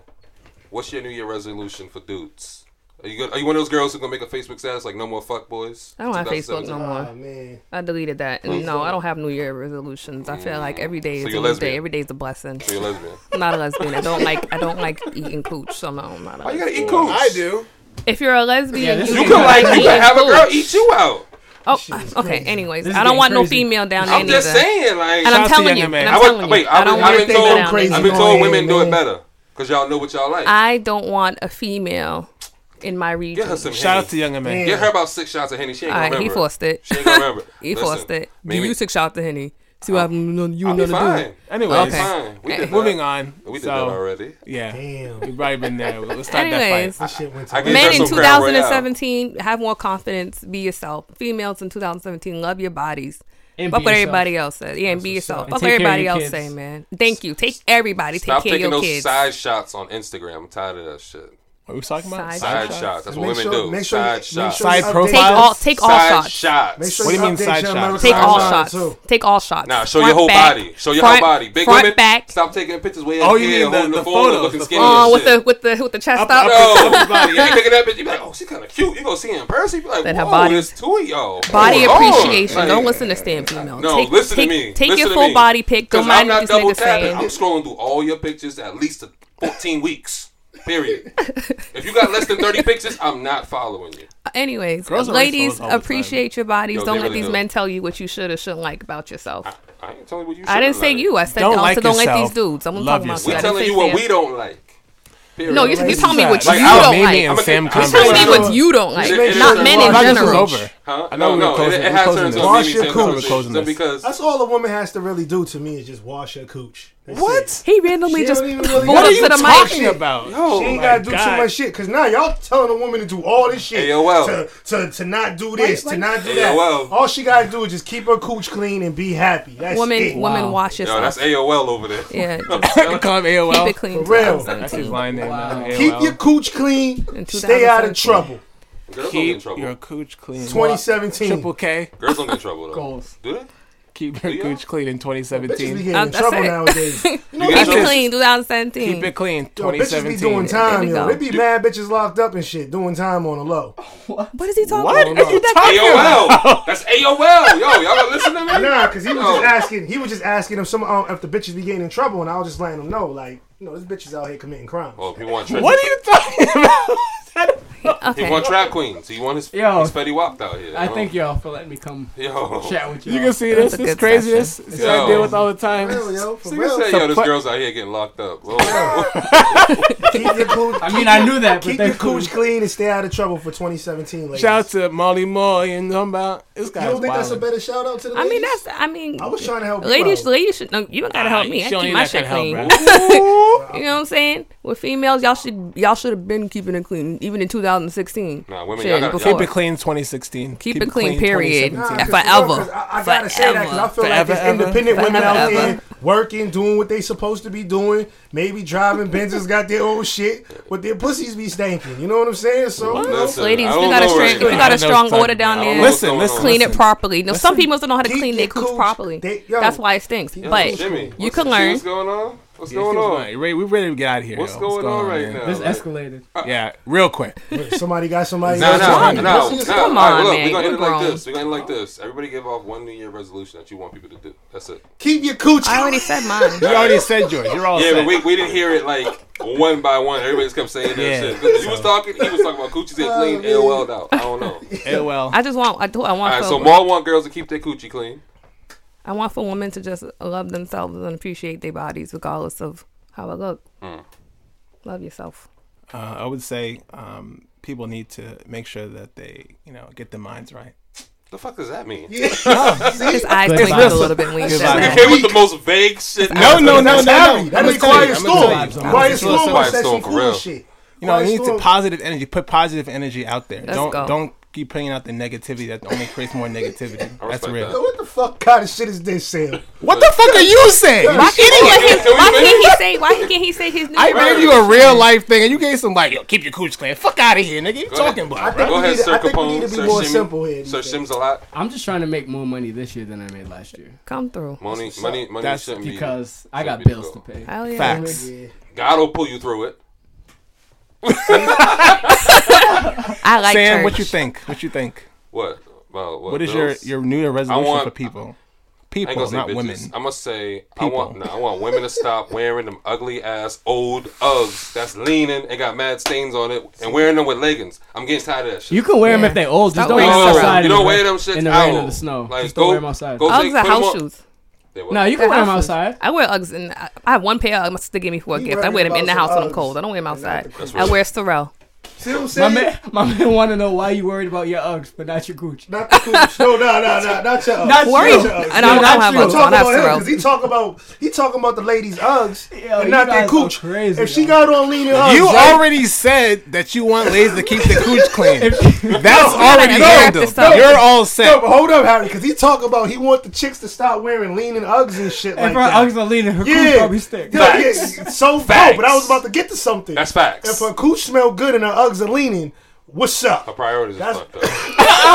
what's your new year resolution for dudes? Are you gonna, are you one of those girls who gonna make a Facebook status like no more fuck boys?
I don't have
2017?
Facebook no
Oh
more.
man,
I deleted that. And no, I don't have New Year resolutions. I feel like every day
So
is
you're
a new
lesbian.
day. Every day is a blessing.
So you're lesbian.
I'm not a lesbian. I don't like. I don't like eating cooch. So no, I'm not. A
Why you
lesbian.
gotta eat cooch?
do.
If you're a lesbian,
Yeah, this
You
you
can
can
like you
eat
can have a girl
cooch.
eat you out.
Oh, okay. Anyways,
This is
I don't
getting
want no
crazy.
female down there.
I'm just
neither.
saying like.
And
Shout out
I'm
to
telling
Young
you,
Man.
and I'm
I would-
telling
wait,
you, I don't
I've
want
been
anything
told-
down
crazy.
there.
I've been told
Going
women do it
in.
better because y'all know what y'all like.
I don't want a female in my
Get
region.
her some.
Shout
Henny.
out to Young and Man.
Man.
Get her about six shots of Henny. She ain't
All
gonna
right,
remember.
he forced it. (laughs)
She ain't gonna remember.
He
Listen,
forced it. E Do
Mimi-
you took shot to Henny? See what happened when you
I'll
and
be
another
fine.
dude.
Anyway,
I'll be
Okay.
fine. We did
moving
that.
on.
We did
so,
that already.
Yeah,
Damn.
we've probably been there. Let's start
Anyways.
that fight.
This shit went
I
to
gave
Men
her
in
some Crown Royale.
2017 have more confidence. Be yourself. Females in 2017 love your bodies.
And
Fuck
be
what
yourself.
everybody else says. Yeah, and be yourself.
And
Fuck what
take care of
everybody
your
else
kids.
say, man. Thank you. Take everybody. Take
Stop
care of
taking
your
those
kids.
side shots on Instagram. I'm tired of that shit.
What we talking about?
Side
Side
shots.
shots.
And
That's
make
what women
sure-
do.
make sure you-
side
make sure you
shots.
Side
update-
take
profile?
all. Take all
Side
shots.
shots.
Make sure
What do you mean
update
side
your
shots?
American
Take all
Idol,
shots.
too.
Take all shots.
Nah, show
Front,
your whole
back,
body. Show your
front,
whole body. Big
front
women,
back.
stop taking pictures way
Oh,
up
you
here,
mean the-
holding the,
the
phone,
photos,
looking
the
skinny.
photos.
Oh,
and
(laughs) with
shit.
the with the with the chest
Up-
up.
up-
No,
Upper body, yeah.
you look at that bitch. You be like, oh, she kind of cute. You gonna see her in person? You be like,
That her
whoa,
body-
there's two of y'all.
Body
Hold on.
appreciation.
Like,
don't listen to stand female.
No,
take,
listen
take,
to me.
Take
Listen
your
to
full
me.
body pic. Don't
'Cause
mind
I'm
what
not
these
double
niggas
tapping. I'm
saying.
scrolling through all your pictures at least to 14 weeks. Period. if you got less than 30 pictures, I'm not following you.
Anyways,
Girls are
ladies,
assholes all the time.
appreciate your bodies.
Yo,
don't
they
let
really
these
do.
men tell you what you should or shouldn't like about yourself. I,
I ain't telling you what you.
didn't
shouldn't
say
like.
you. I said
Don't
don't,
like
so don't let
yourself.
these dudes. I'm
Love
talking about
We
We
you. I
Yeah,
didn't
telling
say
you what
Sam.
we don't like. Period.
No, you're, you're telling me what
Like,
you
I was
don't
maybe
like.
in
I'm
I'ma
Sam
take- I'm
telling
conversation.
you what you don't like,
It- it is
not
a-
men
I
in
thought
this was
general.
over.
Huh?
I know
No,
we were
no,
closing this.
it, it
We're
has
closing
turned
this.
into a
Wash
meme
your
and
cooch.
We're closing
conversation
this.
because
That's all a woman has to really do to me is just wash her cooch. That's
What?
He randomly
She
just
don't even really
pulled
What
up
are
to
you
the
talking
mic.
about?
It. She ain't gotta do too much shit. Cause now y'all telling a woman to do all this shit.
AOL.
To, to, to not do this, to not do
AOL.
that. All she gotta do is just keep her cooch clean and be happy. That's it.
Woman, woman,
Wow.
wash
yo, that's
yourself.
AOL over there.
Yeah,
Call him AOL.
keep it clean.
For real.
2017.
That's his line name. uh, now,
Keep
AOL.
your cooch clean.
In
Stay out of
2017.
trouble.
Girls don't get in
Keep your
trouble.
cooch clean.
2017.
Triple K.
Girls don't get in trouble though.
Goals.
Do they?
Keep your
Yeah.
cooch clean in
Bitches be
2017.
getting
Uh,
in
that's
trouble
it. (laughs)
nowadays. You know,
You
Keep
got
it
this.
clean. 2017.
Keep it clean.
yo, bitches be
2017.
doing time,
There we
yo.
go.
They be mad bitches locked up and shit, doing time on the low.
What is he talking
What
about?
are you talking about? (laughs)
AOL. That's AOL. Yo, y'all gonna listen to me?
Nah, cause he was
Yo.
just asking. He was just asking if some um, if the bitches be getting in trouble, and I was just letting him know, like, you know, this bitch is out here committing crimes.
Oh, he want trap.
What are you talking (laughs) about?
He
Okay.
want trap queens. He want his,
Yo.
his Fetty Wap out here.
I
yo.
thank y'all for letting me come (laughs)
Yo.
chat with y'all.
You can see
That's
this.
a
This
good
craziness. See what I
Yo.
deal with all the time.
For real, yo, for
Nigga
real.
said,
So
yo, this
pla-
girl's out here getting locked up. (laughs) Whoa.
Keep your cooch.
I mean, I knew that, but
Keep your
thank you.
cooch clean and stay out of trouble for 2017. Ladies.
Shout out to Molly Moore. You know about this
you
guy.
don't think that's a better shout out to the
I
ladies?
mean, that's. I mean,
I was trying to help. you
ladies,
out.
ladies should. No, you don't gotta help me. I
She don't
keep
need
my
that
shit
kind of help,
clean.
bro.
(laughs) You know what I'm saying? With females, y'all should y'all should have been keeping it clean even in 2016.
Nah, women,
Shit,
y'all gotta-
before.
y'all
Keep it clean 2016.
Keep it clean, period.
2017.
Nah, 'cause
Forever.
you know, 'cause I, I gotta say that because I feel like
Forever,
there's
ever.
independent women out
Forever,
there
ever.
working, doing what they supposed to be doing. Maybe driving Benz's got their own shit, but their pussies be stanking. You know what I'm saying? So you know,
Listen,
Ladies,
I
if
don't
you got a
know
straight,
right
if you
now.
got
I
a
know
strong
what's
order
happening.
down
I don't
there,
know what's
Listen,
going
listen,
on.
clean
listen.
it properly. No, some females don't know how to
Keep
clean
your
their cooch
cooch-
properly.
they- yo.
That's why it stinks.
Yo,
But
Jimmy,
you
what's-
can
see
learn.
What's going on? What's
What's
going on?
Ray, we ready to get out of here.
What's
yo.
going on right
man?
now?
This
Like-
escalated.
Yeah, real (laughs) quick.
somebody got somebody.
No,
else
no,
on
no,
it.
no.
Pussies-
Come
All right,
on,
look,
man,
We're gonna end
you're
it like
grown.
this. We're gonna end it like this. Everybody give off one New Year resolution that you want people to do. That's it.
Keep your cooch.
I already said mine.
(laughs)
You already said yours. You're all
Yeah,
set. (laughs)
but we, we didn't hear it like one by one. Everybody just kept saying that
Yeah.
shit. 'Cause You was talking. He was talking about coochie said
Oh,
clean. AOL out. I don't
(laughs)
know.
AOL.
I just want I do I
All
want
right, so
for,
Maul want girls to keep their coochie clean.
I want for women to just love themselves and appreciate their bodies regardless of how it look. Love yourself.
Uh, I would say um, people need to make sure that they, you know, get their minds right.
The fuck does that mean?
His eyes twinkled a little bit when you
His
said
eyes-
that.
You came with the most vague shit.
No, no, no, no, no.
That
I'ma
is
tell you,
quiet
I'ma tell you, I'ma
storm.
tell you.
Quiet storm. Quiet
Quiet
storm
Storm
for
for real.
real. Shit.
You know, you
Quiet
need to
Storm-
positive energy. Put positive energy out there. don't
go.
don't keep putting out the negativity that only creates more negativity. That's
respect
real.
that.
What the fuck kind of shit is this, Sam?
What the fuck are you saying? You
Why can't, he,
Can we
let him, why
finish?
can't he say? Why can't he say his new?
I
word?
gave you a real life thing, and you gave some like, yo, keep your cooch clean. Fuck out of here, nigga. You
Go
talking about?
I
ahead.
think we
Go ahead,
need to-
Sir
I think we need
Capone.
to be
Sir
more
Shimmy.
simple here.
Sir Shim's a lot.
I'm just trying to make more money this year than I made last year
Come through.
Money, money, money
That's
shouldn't be.
because I got
Should be the
bills to
goal.
pay.
Hell yeah.
Facts.
Yeah.
God will pull you through it.
I like
Sam,
church.
what you think? What you think?
What? Well,
What is your
bills?
your New Year resolution
want-
for people?
I
People,
ain't gonna say
not
bitches.
women.
I must say, I
People.
want nah, I want women to stop wearing them ugly ass old Uggs that's leaning and got mad stains on it, and wearing them with leggings. I'm getting tired of that shit.
You can wear them if
Yeah.
they old. Just
Stop
don't wear
wearing
them
them
outside.
outside.
you
in the
don't
rain-
wear them shits
in the
out.
rain or the snow.
Like,
just
go,
don't wear them outside.
Go take,
Uggs are
put 'em
house
on-
shoes.
They were-
no, you can
They're
wear them
house shoes.
outside.
I wear Uggs and I have one pair. My sister gave me for a
You
gift. I
worried
wear them in
about
the
some
house when I'm
Uggs.
cold. I don't wear them
That's
outside.
right.
I wear Sorel.
See what I'm
My
saying?
man, my man want to know why you worried about your Uggs, but not your Gucci.
Not the Cooch. No, no, no, no, not your Uggs.
Not
Worry.
you.
your Uggs.
And I don't
Yeah,
have
I'm
Uggs on.
talking
I have
about him
Sorrel.
because he talking about he talking about the ladies' Uggs
Yo,
and
you
not their
guys are
Cooch.
crazy,
if she
yo.
got on leaning
Oh,
Uggs,
You
right?
already said that you want ladies to keep the cooch clean. That's
No,
already
no, no,
handled.
no, no.
You're all
No,
set.
but hold up, Harry, because he talking about he want the chicks to stop wearing leaning Uggs and shit like
If her
that.
Uggs are leaning, her Gucci
yeah,
probably stick.
yeah, yeah, so
Facts.
no, but I was about to get to something.
That's facts.
If her cooch smell good and her Uggs are leaning, what's
Her
up?
priorities is
That's-
fucked up.
(laughs)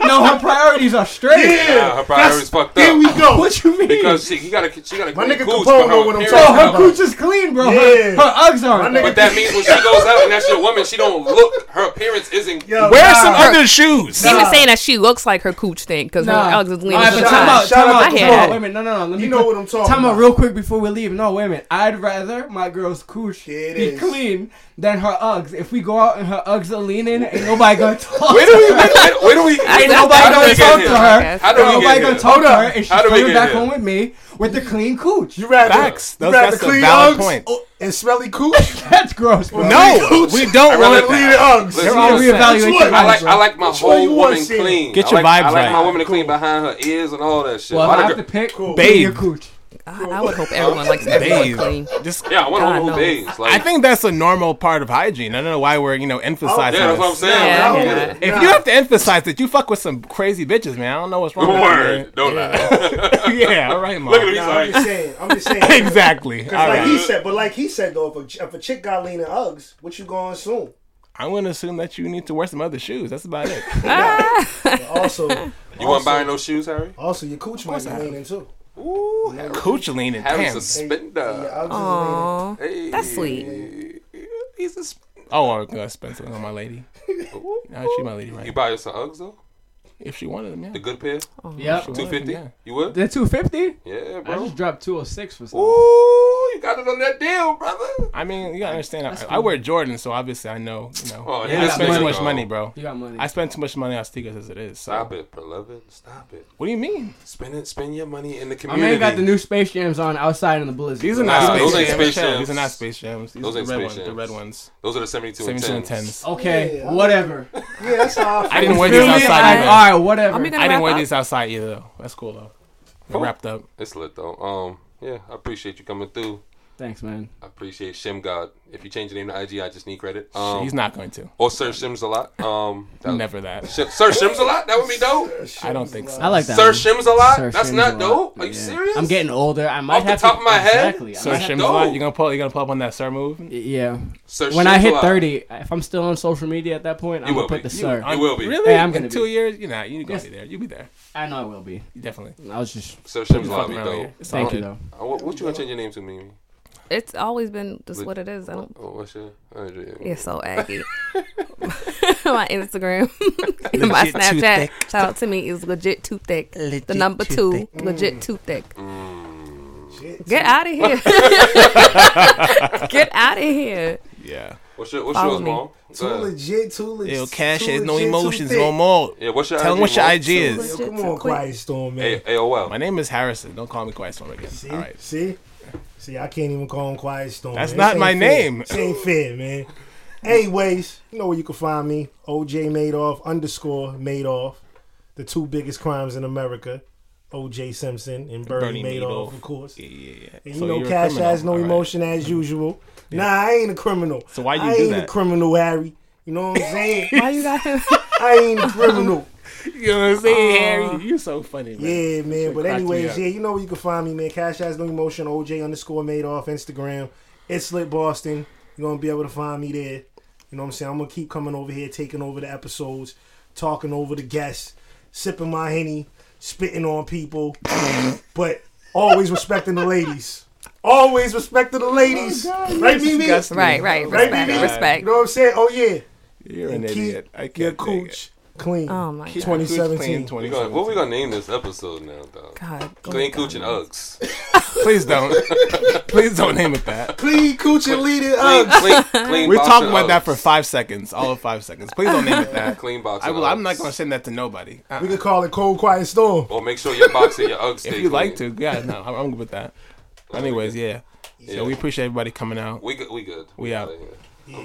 No, her priorities are straight.
Yeah,
her priorities fucked
Here
up.
we go.
What you mean?
Because she, he got a she got a
My
clean
nigga
cooch,
Capone
but
know what I'm
period-
no, her
talking about.
Gucci is clean, bro.
Yeah.
Her, her Uggs aren't.
My nigga-
But that means when she goes out and that's your woman, she don't look. Her appearance isn't.
Yo,
Wear
nah.
some other shoes.
Even saying that she looks like her cooch thing because her Uggs is leaning.
All right,
to
but
the
Shout
time
side.
out-
out, time
shout
out,
out
time
to
out.
Flo.
Wait a minute, no, no, no. Let me
You know
cut-
what I'm talking
Time out
about.
real quick before we leave. No, wait a minute. I'd rather my girl's cooch be
It is.
clean than her Uggs. If we go out and her Uggs are leaning, ain't nobody gonna talk.
Where do we? Where, where do we?
I-
Ain't
That's
nobody
how
gonna
we
get
talk
here.
to her.
That's
How
Ain't
do we get
nobody
here?
gonna talk to her,
Hold up.
and she's
How do we
coming
get
back
here?
home with me with the clean cooch.
You rather
Facts.
You
Those-
rather
that's a
clean
valid
Uggs
Oh,
point.
o- Oh, and smelly cooch.
(laughs) That's gross, bro.
No, we
I
don't
really
want
like
that.
leaning Uggs.
Listen,
I'll
Which
reevaluate
one?
your
I
life,
like
bro.
I like my
Which one
whole
you want,
woman
Santa?
clean.
Get
I
your
like- I
vibes
like my
right.
woman to clean behind her ears and all that shit.
Well,
Why
if I
the
have to
girl-
pick,
Cool.
babe, your
Babe.
cooch.
I, I would hope everyone likes everyone
Babe.
clean.
Just
yeah, I want to
God
know who
knows.
bathes. Like,
I think that's a normal part of hygiene. I don't know why we're you know emphasizing.
yeah, that's what I'm
this.
saying.
Yeah,
Like, I don't
yeah.
get it.
If
Nah.
you have to emphasize that you fuck with some crazy bitches, man, I don't know what's wrong.
Word,
with
don't lie.
you, man. (laughs) yeah, all right, mom.
Look at him.
Nah, I'm just saying. I'm
(laughs)
just saying.
exactly. All
Cause like he
right.
said, but like he said though, if a, ch- if a chick got leaning Uggs, what you going soon?
I'm gonna assume that you need to wear some other shoes. That's about it.
But also,
(laughs)
(laughs)
You want buying those shoes, Harry?
also your cooch might be leaning too.
Ooh, Coochaline and
Harry's a
pants.
Your
spender.
Uggs is
Aw,
Hey.
that's sweet.
He's a. Sp-
Oh, I'm gonna spend something on my lady. I treat my lady
you
right.
buy her some Uggs though?
If she wanted them, yeah.
The good pair,
Yep.
two fifty.
yeah.
You would?
The 250?
Yeah,
I
bro.
just dropped 206 for something.
Ooh, you got it on that deal, brother.
I mean, you gotta understand. I, I wear Jordan, so obviously I know. You know,
Oh,
Yeah,
I
that's
spend too
money.
much money, bro.
You got money.
I spend too much money on sneakers as it is. So,
Stop it, beloved. Stop it.
what do you mean?
Spend it. Spend your money in the
My
community.
man got the new Space Jams on outside in the blizzard.
These are
bro.
not
Nah,
space,
those ain't
jams.
Space
Chill,
Jams.
These are not space jams. These
Those
are
ain't
the red
Space
ones. The
Jams.
red ones.
Those are the seventy-two and
Seventy two and
tens.
tens.
Okay,
Yeah.
whatever.
leaning. Yeah, that's how I feel.
I didn't wear
Feel
these
me?
outside.
Like,
either.
all right, whatever.
Are we gonna
I didn't
wrap
wear
up?
these outside either. though. That's cool though. They're
Cool.
Wrapped up.
It's lit though. Um, yeah, I appreciate you coming through.
Thanks, man.
I appreciate Shim God. If you change your name to IG, I just need credit. Um,
He's not going to.
Or Sir Shims a lot. Um, that-
Never that.
Shim- Sir Shims a lot. That would be dope.
I don't think so.
I like that.
Sir
one.
Shims a lot.
Sir
That's
Shim's
not
a lot.
dope. Are you
Yeah.
serious?
I'm getting older. I might
Off the
have
top
to,
of my head?
Exactly. I
Sir
might have
Shim's
to-
Go.
lot. You gonna pull? You gonna pull up on that Sir move?
yeah.
Sir
When I
Shim's a
hit
lot.
30, if I'm still on social media at that point, I'm
will
gonna put
be.
the sir.
You will be.
Really?
Hey, I'm gonna
In two
be.
years, you know, you gonna
Yes.
be there. You'll be there.
I know I will be.
You definitely.
I was just.
Sir Shims a lot.
Fucking
Be
around
dope.
here. It's all
Thank you
good.
though.
Uh, What, what you gonna change your name to, Mimi?
It's always been just what it is. I don't.
Oh, what's your? oh, yeah.
You're (laughs) so aggy. my Instagram, (laughs) my
Legit too
Snapchat.
thick.
Shout out to me is legit too thick. the number two, legit too thick. Mm.
mm.
Get out of here. (laughs) Get out of here.
Yeah.
What's your? What's
Follow
yours,
me.
mom?
Too legit, too legit.
Yo, cash
too
is no
legit, too
emotions
thick.
no more.
Yeah. What's your?
Tell him
IG,
what your
Mo?
IG
Yo,
is.
Legit,
come
too
on,
quick.
Quiet Storm, man.
A- AOL.
My name is Harrison. Don't call me Quiet Storm again.
See,
All right.
see, see, I can't even call him Quiet Storm.
That's
man.
not
This ain't
my
fair.
name.
This ain't fair, man. Anyways, you know where you can find me. OJ Madoff underscore Madoff. The two biggest crimes in America. OJ Simpson and Bernie, Madoff, of course.
Yeah, yeah, yeah.
And you
So
know
you're a
Cash
criminal.
has no
All right.
emotion as usual. Nah, I ain't a criminal.
So why you
I
do
ain't a
that?
criminal, Harry. You know what I'm saying?
(laughs) Why you got him?
(laughs) I ain't a criminal.
You know what I'm saying, Harry? You're so funny, man.
Yeah, man. But
cracked me
anyways,
up.
yeah, you know where you can find me, man. Cash has no emotion. OJ underscore made off Instagram. It's lit Boston. You're gonna be able to find me there. You know what I'm saying? I'm gonna keep coming over here, taking over the episodes, talking over the guests, sipping my henny, spitting on people, (coughs) but always respecting the ladies. Always respecting the
Oh
ladies. right, Mimi?
disgusting.
right, right.
Right,
Respect.
Mimi? You
Respect.
know what I'm saying? Oh yeah.
You're an
And
idiot. I can't
your
dig it.
cooch clean.
Oh my
Keep my
god.
cooch clean
2017.
We gonna-
2017.
what we gonna name this episode now, though?
God. go
Clean
down.
Cooch
(laughs)
and Uggs.
(laughs) Please (laughs) don't. Please don't name it that.
Clean coochie leading
Clean,
Uggs.
clean,
(laughs)
clean
We're
box
talking
and
about that for
Uggs.
five seconds. All of five seconds. (laughs) Please don't name it that.
Clean box.
I
and
will, I'm
Uggs.
not going to send that to nobody.
We
Uh,
could call it cold quiet storm.
Or make sure your box and your Uggs stay
if you like
clean.
to, yeah, no, I'm, I'm good with that. Anyways, yeah. So we appreciate everybody coming out.
we good. We good.
We out.
outta here.